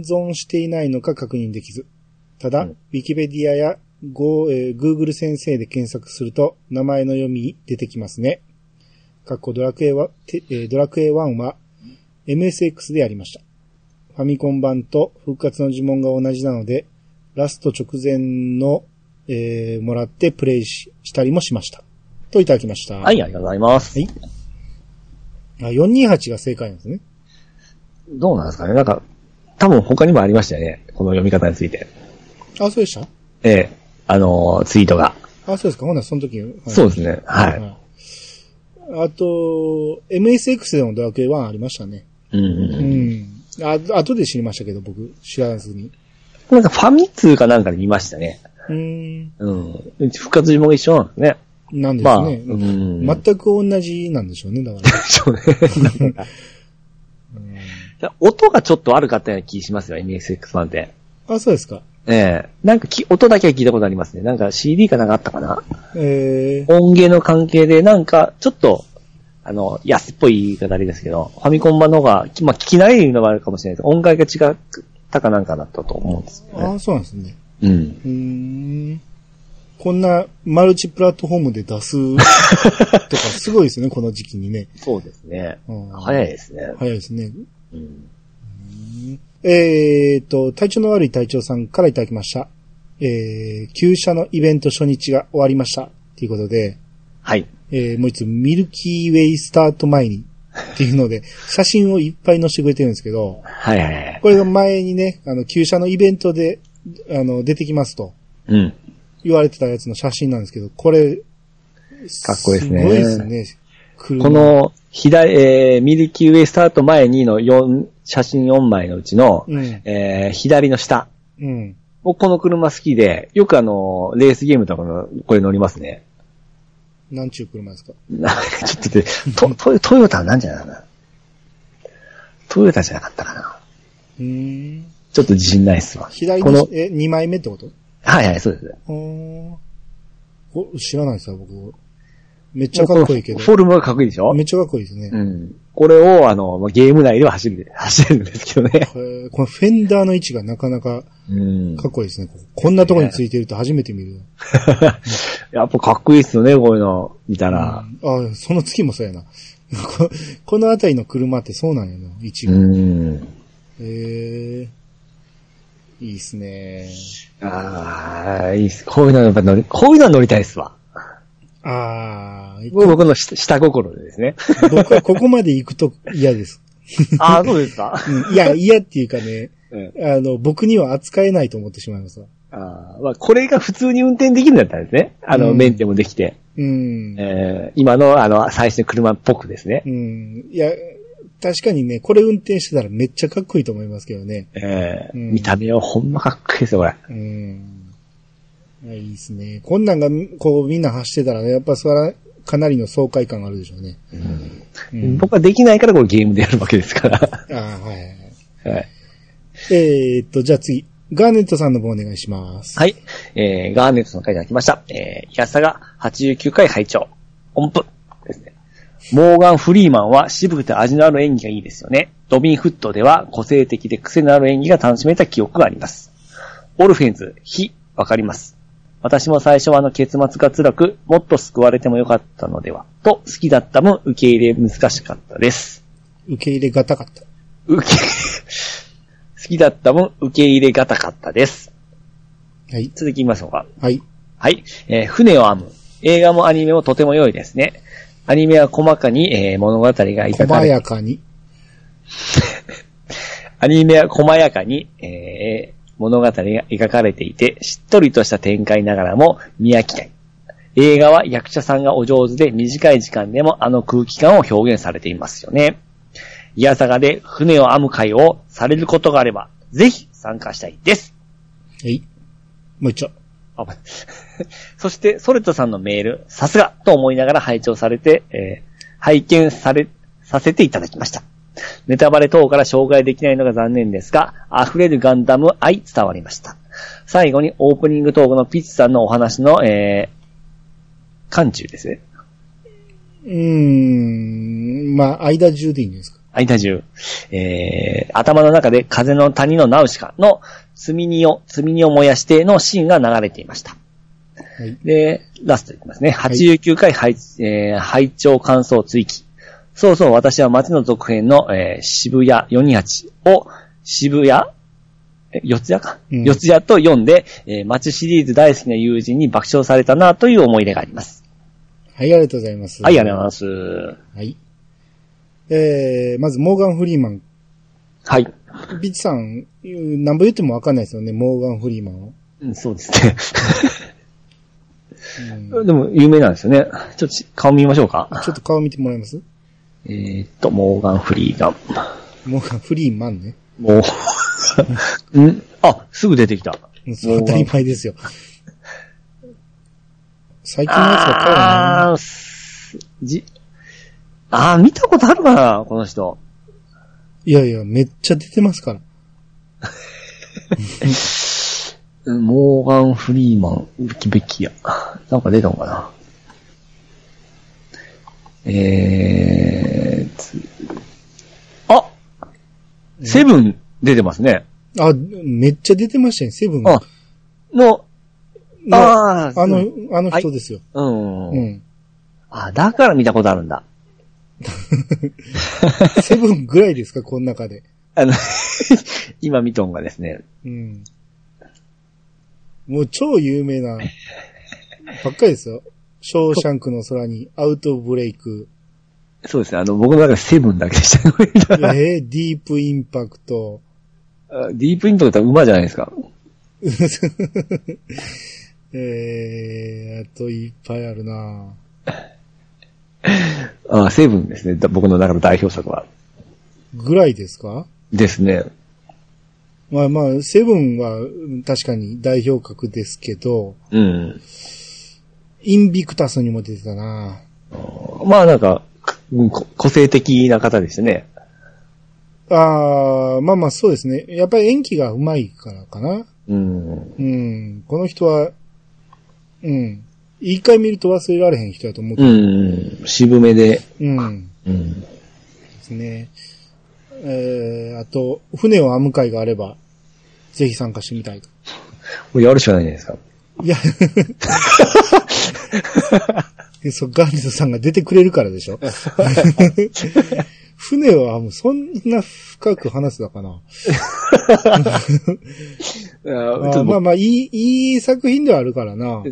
A: 現存していないのか確認できず。ただ、
B: うん
A: ウィキペディアやゴー、えー Google 先生で検索すると名前の読み出てきますね。かっこドラクエは、てえードラクエ1は MSX でやりました。ファミコン版と復活の呪文が同じなので、ラスト直前の、えーもらってプレイししたりもしました。といただきました。
B: はい、ありがとうございます。
A: はいあ、428が正解なんですね。
B: どうなんですかねなんか、多分他にもありましたよね。この読み方について。
A: あ、そうでした
B: ええあのーツイートが。
A: あ、そうですか。ほんならその時、はい
B: そうですね。は。
A: はいいあと、MSX でもドラクエ1ありましたね。
B: うんうん
A: う
B: うん。
A: ん。あ、後で知りましたけど、僕、知らずに。
B: なんかファミ通かなんかで見ましたね。
A: うーん。
B: うん。復活呪文が一緒なんですね。
A: なんで
B: まあ、
A: すね。
B: うん。
A: 全く同じなんでしょうね、だから。
B: そうね。なんか音がちょっと悪かったような気しますよ、MSX 版って。
A: あ、そうですか。
B: ええなんかき、音だけは聞いたことありますね。なんか CD かなんかあったかな
A: えー、
B: 音源の関係で、なんか、ちょっと、あの、安っぽい言い方あれですけど、ファミコン版の方が、きまあ、聞き慣れるのもあるかもしれないです。音階が違ったかなんかだったと思うんですよね。
A: あ、そうなんですね。
B: うん。
A: うーん。こんなマルチプラットフォームで出すとかすごいですね、この時期にね。
B: そうですね。
A: うん
B: 早いですね。
A: 早いですね。
B: うん。
A: えーと、体調の悪い隊長さんからいただきました。えー、旧車のイベント初日が終わりました。ということで、
B: はい。
A: えー、もう一つミルキーウェイスタート前にっていうの で、写真をいっぱい載せてくれてるんですけど、
B: はいはいはい。
A: これが前にね、あの、旧車のイベントで、あの、出てきますと
B: うん。
A: 言われてたやつの写真なんですけど、これ、
B: かっこいいですね
A: すごいですね。車
B: こ、の、左、えー、ミルキーウェイスタート前にの4、写真4枚のうちの、
A: うん、
B: えー、左の下。
A: うん。
B: 僕この車好きで、よくあの、レースゲームとかの、これ乗りますね。
A: なんちゅう車ですか
B: なんかちょっと待って、トトトヨタなんじゃないかな。トヨタじゃなかったかな。
A: うーん。
B: ちょっと自信ないっすわ。
A: 左
B: こ
A: の
B: の、、
A: え、2枚目ってこと
B: はいはい、そうです。
A: お知らないですよ、僕。めっちゃかっこいいけど
B: の。フォルムがかっこいいでしょ
A: めっちゃかっこいいですね
B: う。ん。これを、あの、まあゲーム内では走る、走れるんですけどね。
A: これこのフェンダーの位置がなかなか
B: うん。
A: かっこいいですね。ここんなとこについてると初めて見る。
B: やっぱかっこいいっすよね、こういうの、見たら。
A: あ、その月もそうやな。 ここの辺りの車ってそうなんやな、位置
B: う
A: が。
B: ん。
A: へえ。いいっすね。
B: ああ、いいっす。こういうのやっぱ乗り、こういうのは乗りたいっすわ。
A: あーこ
B: 僕の下下心でですね。
A: 僕はここまで行くと嫌です。
B: ああ、そうですか
A: うんいや、嫌っていうかね、
B: うん。
A: あの、僕には扱えないと思ってしまいますわ。
B: あーまあ、これが普通に運転できるんだったらですね。あの、
A: うん
B: メンテもできて。
A: うん。
B: えー今の、あの、最新の車っぽくですね
A: う。ん。いや、確かにね、これ運転してたらめっちゃかっこいいと思いますけどね。
B: えー
A: うん
B: 見た目はほんまかっこいいですよ、これ。
A: うん。いやいいですね。こんなんが、こう、みんな走ってたらね、やっぱそれはかなりの爽快感があるでしょうね。うん
B: 僕はできないからこれゲームでやるわけですから。
A: ああ、はいはいはい。
B: はい。
A: えー、っと、じゃあ次。ガーネットさんの方お願いします。
B: はい。えー、ガーネットの会いただきました。えー、イヤサが89回拝聴音符ですね。モーガン・フリーマンは渋くて味のある演技がいいですよね。ドビン・フットでは個性的で癖のある演技が楽しめた記憶があります。オルフェンズ、非、わかります。私も最初はあの結末が辛く、もっと救われてもよかったのでは、と好きだったも受け入れ難しかったです。
A: 受け入れがたかった。
B: 受け、 好きだったも受け入れがたかったです。
A: はい。
B: 続き言いましょうか。
A: はい。
B: はい。えー船を編む。映画もアニメもとても良いですね。アニメは細かに、えー物語が描か
A: 細
B: れ、
A: やかに。
B: アニメは細やかに、えー物語が描かれていて、しっとりとした展開ながらも見飽きない。映画は役者さんがお上手で短い時間でもあの空気感を表現されていますよね。イヤサガで船を編む会をされることがあれば、ぜひ参加したいです。
A: はい。もう一丁。
B: あま そして、ソレトさんのメール、さすがと思いながら拝聴されて、えー拝見され、させていただきました。ネタバレ等から紹介できないのが残念ですが、溢れるガンダム愛伝わりました。最後にオープニングトークのピッチさんのお話の、えー間中ですね。
A: うーん、まあ、間中でいいんじゃないですか。
B: 間中。えー、頭の中で風の谷のナウシカの積み荷を、積み荷を燃やしてのシーンが流れていました。
A: はい。
B: で、ラストいきますね。89回拝、えー拝聴感想追記。そうそう、私は街の続編の、えー渋谷428を渋谷、え四ツ谷か、
A: うん
B: 四ツ谷と読んで、えー街シリーズ大好きな友人に爆笑されたなという思い出があります。
A: はい、ありがとうございます。
B: はい、ありがとうございます。
A: す。はい。えー、まず、モーガン・フリーマン。
B: はい。
A: ビッチさん、何ぼ言ってもわかんないですよね、モーガン・フリーマンを。
B: うんそうですね。
A: うん
B: でも、有名なんですよね。ちょっとし顔見ましょうか。
A: ちょっと顔見てもらえます
B: えーっと、モーガン・フリーガン。
A: モーガン・フリーマンね。
B: もう、 んあ、すぐ出てきた。
A: うんそう当たり前ですよ。最近のやつばっかりだな
B: あーすじ、あー見たことあるかなこの人。
A: いやいや、めっちゃ出てますから。
B: うんモーガン・フリーマン、ウキベキア。なんか出たのかなえーつ、あセブン出てますね。
A: あ、めっちゃ出てましたね、セブン。
B: あ、の、
A: の
B: あー
A: あの
B: うん、
A: あの人ですよ。
B: うん。
A: うん。
B: あ、だから見たことあるんだ。
A: セブンぐらいですか、この中で。
B: あの、 今見とんがですね、
A: うん。もう超有名な、ばっかりですよ。ショーシャンクの空に、アウトブレイク、
B: そうですね、あの、僕の中でセブンだけでした、
A: えー、ディープインパクト。
B: あディープイントだったら馬じゃないですか。
A: えー、あといっぱいあるな
B: あセブンですね。だ僕の中の代表作は。
A: ぐらいですか
B: ですね。
A: まあまあ、セブンはうん確かに代表格ですけど、
B: うん。
A: インビクタスにも出てたな
B: まあなんか、うんこ個性的な方ですね。
A: あー、まあまあそうですね。やっぱり演技が上手いからかな。
B: うん。
A: うん。この人は、うん。一回見ると忘れられへん人だと思うけ
B: う
A: ど。
B: ん。渋めで。
A: うん。
B: うん。
A: ですね。えー、あと、船を編む会があれば、ぜひ参加してみたいと。
B: これやるしかないじゃないですか。
A: い や、そう、ガンズさんが出てくれるから でしょ船はもうそんな深く話すだかな。
B: あ
A: あーまあまあ、いい、いい作品ではあるからな。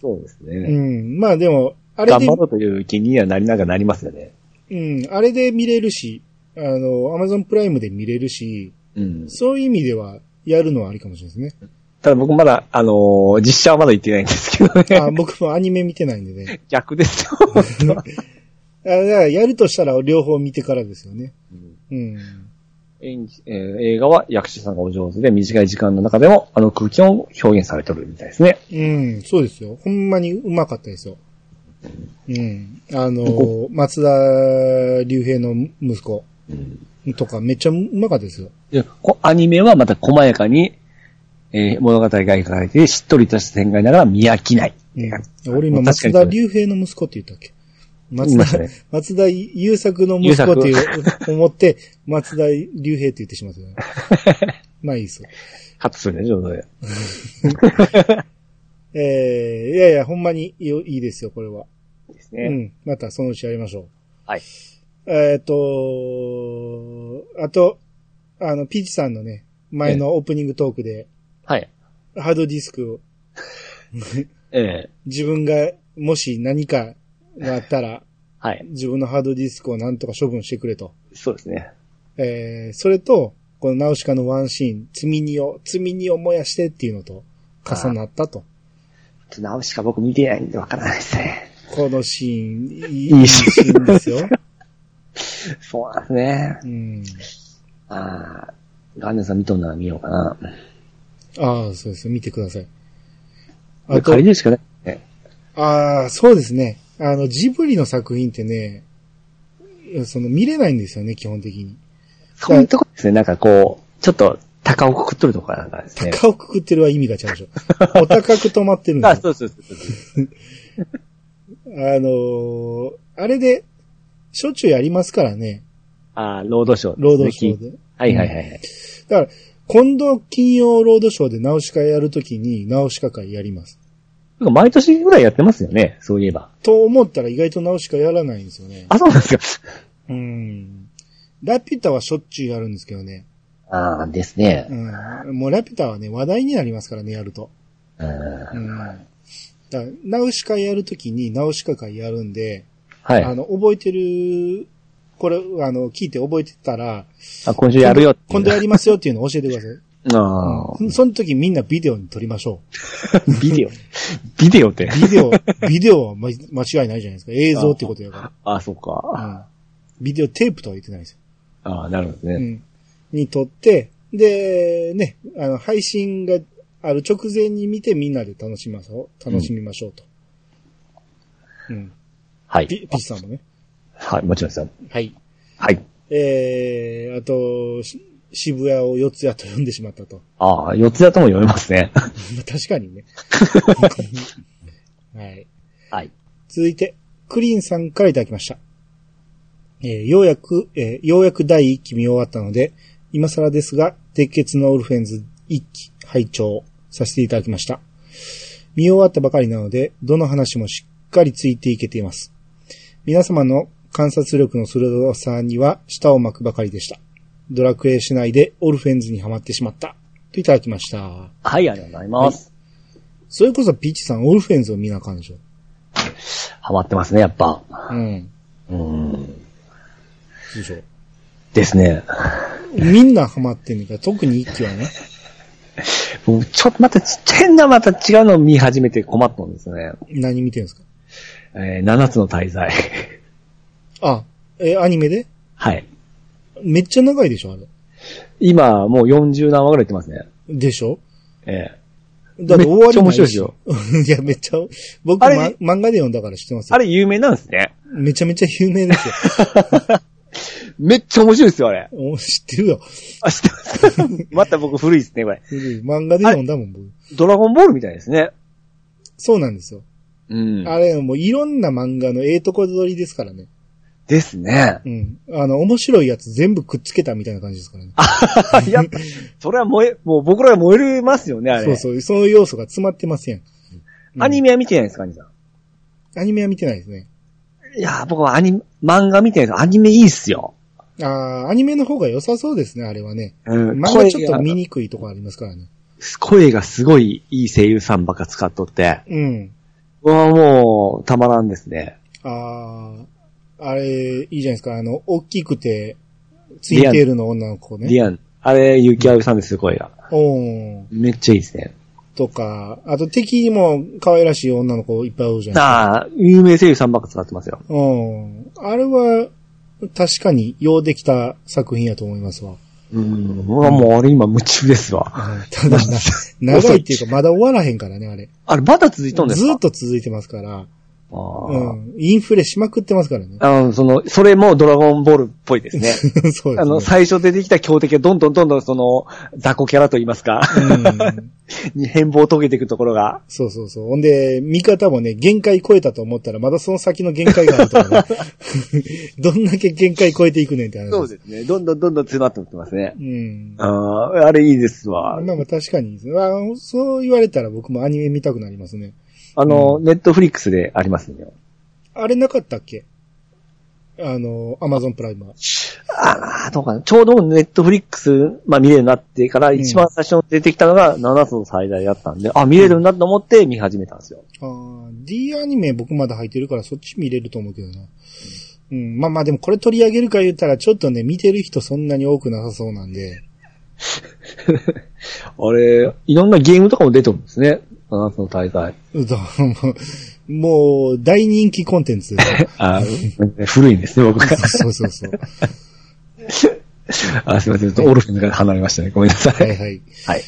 B: そうです
A: う
B: ね。
A: ん。まあでも、あれ
B: 頑
A: で、
B: 張ろうという気にはなりながらなりますよね。
A: うん、あれで見れるし、あの、アマゾンプライムで見れるし、
B: うん。
A: そういう意味では、やるのはありかもしれないですね。
B: ただ僕まだ、あのー実写はまだ行ってないんですけど ね。
A: あ僕もアニメ見てないんでね。
B: 逆ですよ。
A: あだからやるとしたら両方見てからですよね。うん。
B: 演技えー映画は役者さんがお上手で短い時間の中でもあの空気を表現されてるみたいですね。
A: うん、そうですよ。ほんまにうまかったですよ。うん。あの、松田龍平の息子とかめっちゃうまかったですよ。
B: でこアニメはまた細やかに、えー物語が描かれてしっとりとした展開ながら見飽きない。
A: うん、俺今、
B: 確か
A: 松
B: に
A: 田龍平の息子って言ったっけ松
B: 言いまし
A: 田、
B: たね
A: 松田優作の息子っていう 思って、松田龍平って言ってしまった、ね。 まあいいですよ。
B: カットするね、ちょうどね。
A: えー、いやいや、ほんまにいいよいいですよ、これは。
B: です
A: う
B: ね。
A: ん。またそのうちやりましょう。
B: はい。
A: えっ、と、あと、あの、ピーチさんのね、前のオープニングトークで、
B: はい。
A: ハードディスクを、
B: ええ
A: 自分が、もし何かがあったら、
B: はい。
A: 自分のハードディスクをなんとか処分してくれと。
B: そうですね。
A: えー、それと、このナウシカのワンシーン、積み荷を、積み荷を燃やしてっていうのと、重なったと。
B: ちょっと直しか僕見てないんでわからないですね。
A: このシーン、いい
B: い
A: い
B: い
A: い
B: シ
A: シーンですよ。
B: そうなんですね。
A: うん。
B: ああ、ガンネさん見とんなら見ようかな。
A: ああ、そうです。見てください。
B: あ
A: あと
B: 借り、るしかない。ね
A: ああ、そうですね。あの、ジブリの作品ってね、その見れないんですよね、基本的に。
B: そういうとこですね。なんかこう、ちょっと高をくくっとるとこなんかですね。
A: 高をくく ってるは意味がちゃうでしょ。お高く止まってるんで
B: あ、
A: す
B: そうそうそうそ
A: あ
B: う。
A: あのーあれで、しょっちゅうやりますからね。
B: ああ、ロードショー。
A: ロードショー
B: で。
A: で。
B: はいはいはいはい。
A: だから、今度金曜ロードショーでナウシカやるときに、ナウシカ会やります。
B: なんか毎年ぐらいやってますよね、そういえば。
A: と思ったら意外とナウシカやらないんですよね。
B: あ、そうなんですか。
A: うん。ラピュタはしょっちゅうやるんですけどね。
B: ああ、ですね。
A: うん。もうラピュタはね、話題になりますからね、やると。
B: うん
A: うん。だからナウシカやるときにナウシカ会やるんで、
B: はい。
A: あの、覚えてる、これ、あの、聞いて覚えてたら、
B: あ、今週やるよっていう。
A: 今度やりますよっていうのを教えてください。
B: あ
A: うんその時みんなビデオに撮りましょ
B: あ、 ビデオ。ビデオって。
A: う。ビデ オ、ビデオはま間違いないじゃないですか。映像ってことやか
B: ああ、そう
A: ら。
B: か。
A: うんビデオテープとは言ってないですよ。
B: ああ、なるほど
A: う
B: ね。
A: ん。に撮って、で、ね、あの、配信がある直前に見てみんなで楽しみましょう。楽しみましょうと。うん。
B: はい。
A: ピ、ピッチさんもね。
B: はい、もちろんですよ。
A: はい。
B: はい。
A: えー、あと、し渋谷を四ツ谷と呼んでしまったと。
B: ああ、四つだとも読めますね。
A: まあ確かにね。はい。
B: はい。
A: 続いて、クリーンさんからいただきました。えーようやく、えーようやく第1期見終わったので、今更ですが、鉄血のオルフェンズ1期拝聴させていただきました。見終わったばかりなので、どの話もしっかりついていけています。皆様の観察力の鋭さには舌を巻くばかりでした。ドラクエしないでオルフェンズにはまってしまった。といただきました。
B: はい、ありがとうございます。
A: それこそピーチさん、オルフェンズを見な感じ。
B: ハマってますね、やっぱ。
A: うん。
B: うん。
A: でしょ。
B: ですね。
A: みんなハマってんねんから、特に一期はね。
B: 僕ちょっとまたちっちゃいな、また違うのを見始めて困ったんですね。
A: 何見てるんですか
B: えー、7つの大罪。
A: あ、えーアニメで
B: はい。
A: めっちゃ長いでしょあれ。
B: 今、もう40何話ぐらい言ってますね。
A: でしょ
B: え
A: だって終わりない
B: めっちゃ
A: いいや、めっちゃ、僕、
B: あれ
A: ま、漫画で読んだから知ってます
B: ー、あ
A: よ。
B: れ有名なんですね。
A: めちゃめちゃ有名 ですよ。
B: めっちゃ面白いですよ、あれ。
A: お知ってるよ。
B: あ、知ってます。 また僕古いですね、これ。
A: 古い漫画で読んだもん、僕。
B: ドラゴンボールみたいですね。
A: そうなんですよ。
B: うん。
A: あれ、もういろんな漫画のええとこ取りですからね。
B: ですね。
A: うん。あの、面白いやつ全部くっつけたみたいな感じですからね。
B: い や、それは燃え、もう僕ら燃えますよね、あれ。
A: そうそう。その要素が詰まってません。うん
B: アニメは見てないですか、アニさん。
A: アニメは見てないですね。
B: いやー、僕はアニ、漫画見てないです。アニメいいっすよ。
A: ああ、アニメの方が良さそうですね、あれはね。
B: うん
A: 漫画ちょっと見にくいとこありますからね。
B: 声がすごいいい声優さんばっか使っとって。
A: うん。
B: うわもう、たまらんですね。
A: ああ、あれ、いいじゃないですか。あの、大きくて、ツインテールの女の子ね。
B: リアン。あれ、ゆきあおさんですよ、声が。
A: おー
B: めっちゃいいですね。
A: とか、あと敵にも可愛らしい女の子いっぱいおるじゃない
B: ああ、有名声優さんばっか使ってますよ。
A: ですか。うん。あれは、確かに、ようできた作品やと思いますわ。
B: うん。うわ、もうあれ今夢中ですわ。
A: ただな、 長いっていうか、まだ終わらへんからね、あれ。
B: あれ、まだ続いとんです
A: ず
B: か
A: っと続いてますから、
B: あー
A: うん。インフレしまくってますからね。
B: あの、その、それもドラゴンボールっぽいですね。
A: そうですね。
B: あの、最初出てきた強敵がどんどんどんどんその、雑魚キャラと言いま すか、
A: うん。
B: に変貌を遂げていくところが、
A: そうそうそう。ほんで、味方もね、限界超えたと思ったら、まだその先の限界があると かね。どんだけ限界超えていくねんって話。す。
B: すね。どんどんどんどん詰まってってますね。
A: うん。
B: ああ、あれいいですわ。
A: まあまあ確かにいいですね、まあ。そう言われたら僕もアニメ見たくなりますね。
B: あの、ネットフリックスでありますね。
A: あれなかったっけあの、アマゾンプライムは。
B: ああ、どうかな。ちょうどネットフリックス、まあ見れるようになってから、一番最初に出てきたのが7つの最大だったんで、あ、見れるなと思って見始めたんですよ。
A: あー D アニメ僕まだ入ってるからそっち見れると思うけどな。うん。まあまあでもこれ取り上げるか言ったらちょっとね、見てる人そんなに多くなさそうなんで。
B: あれ、いろんなゲームとかも出てるんですね。7つの大罪。
A: うどん もうもう大人気コンテンツですよ
B: あー古いんですね、僕が。
A: そうそうそう。
B: あ、すみません。ちょっとオルフェンズから離れましたね。ごめんなさ。
A: はいいはい。
B: はい。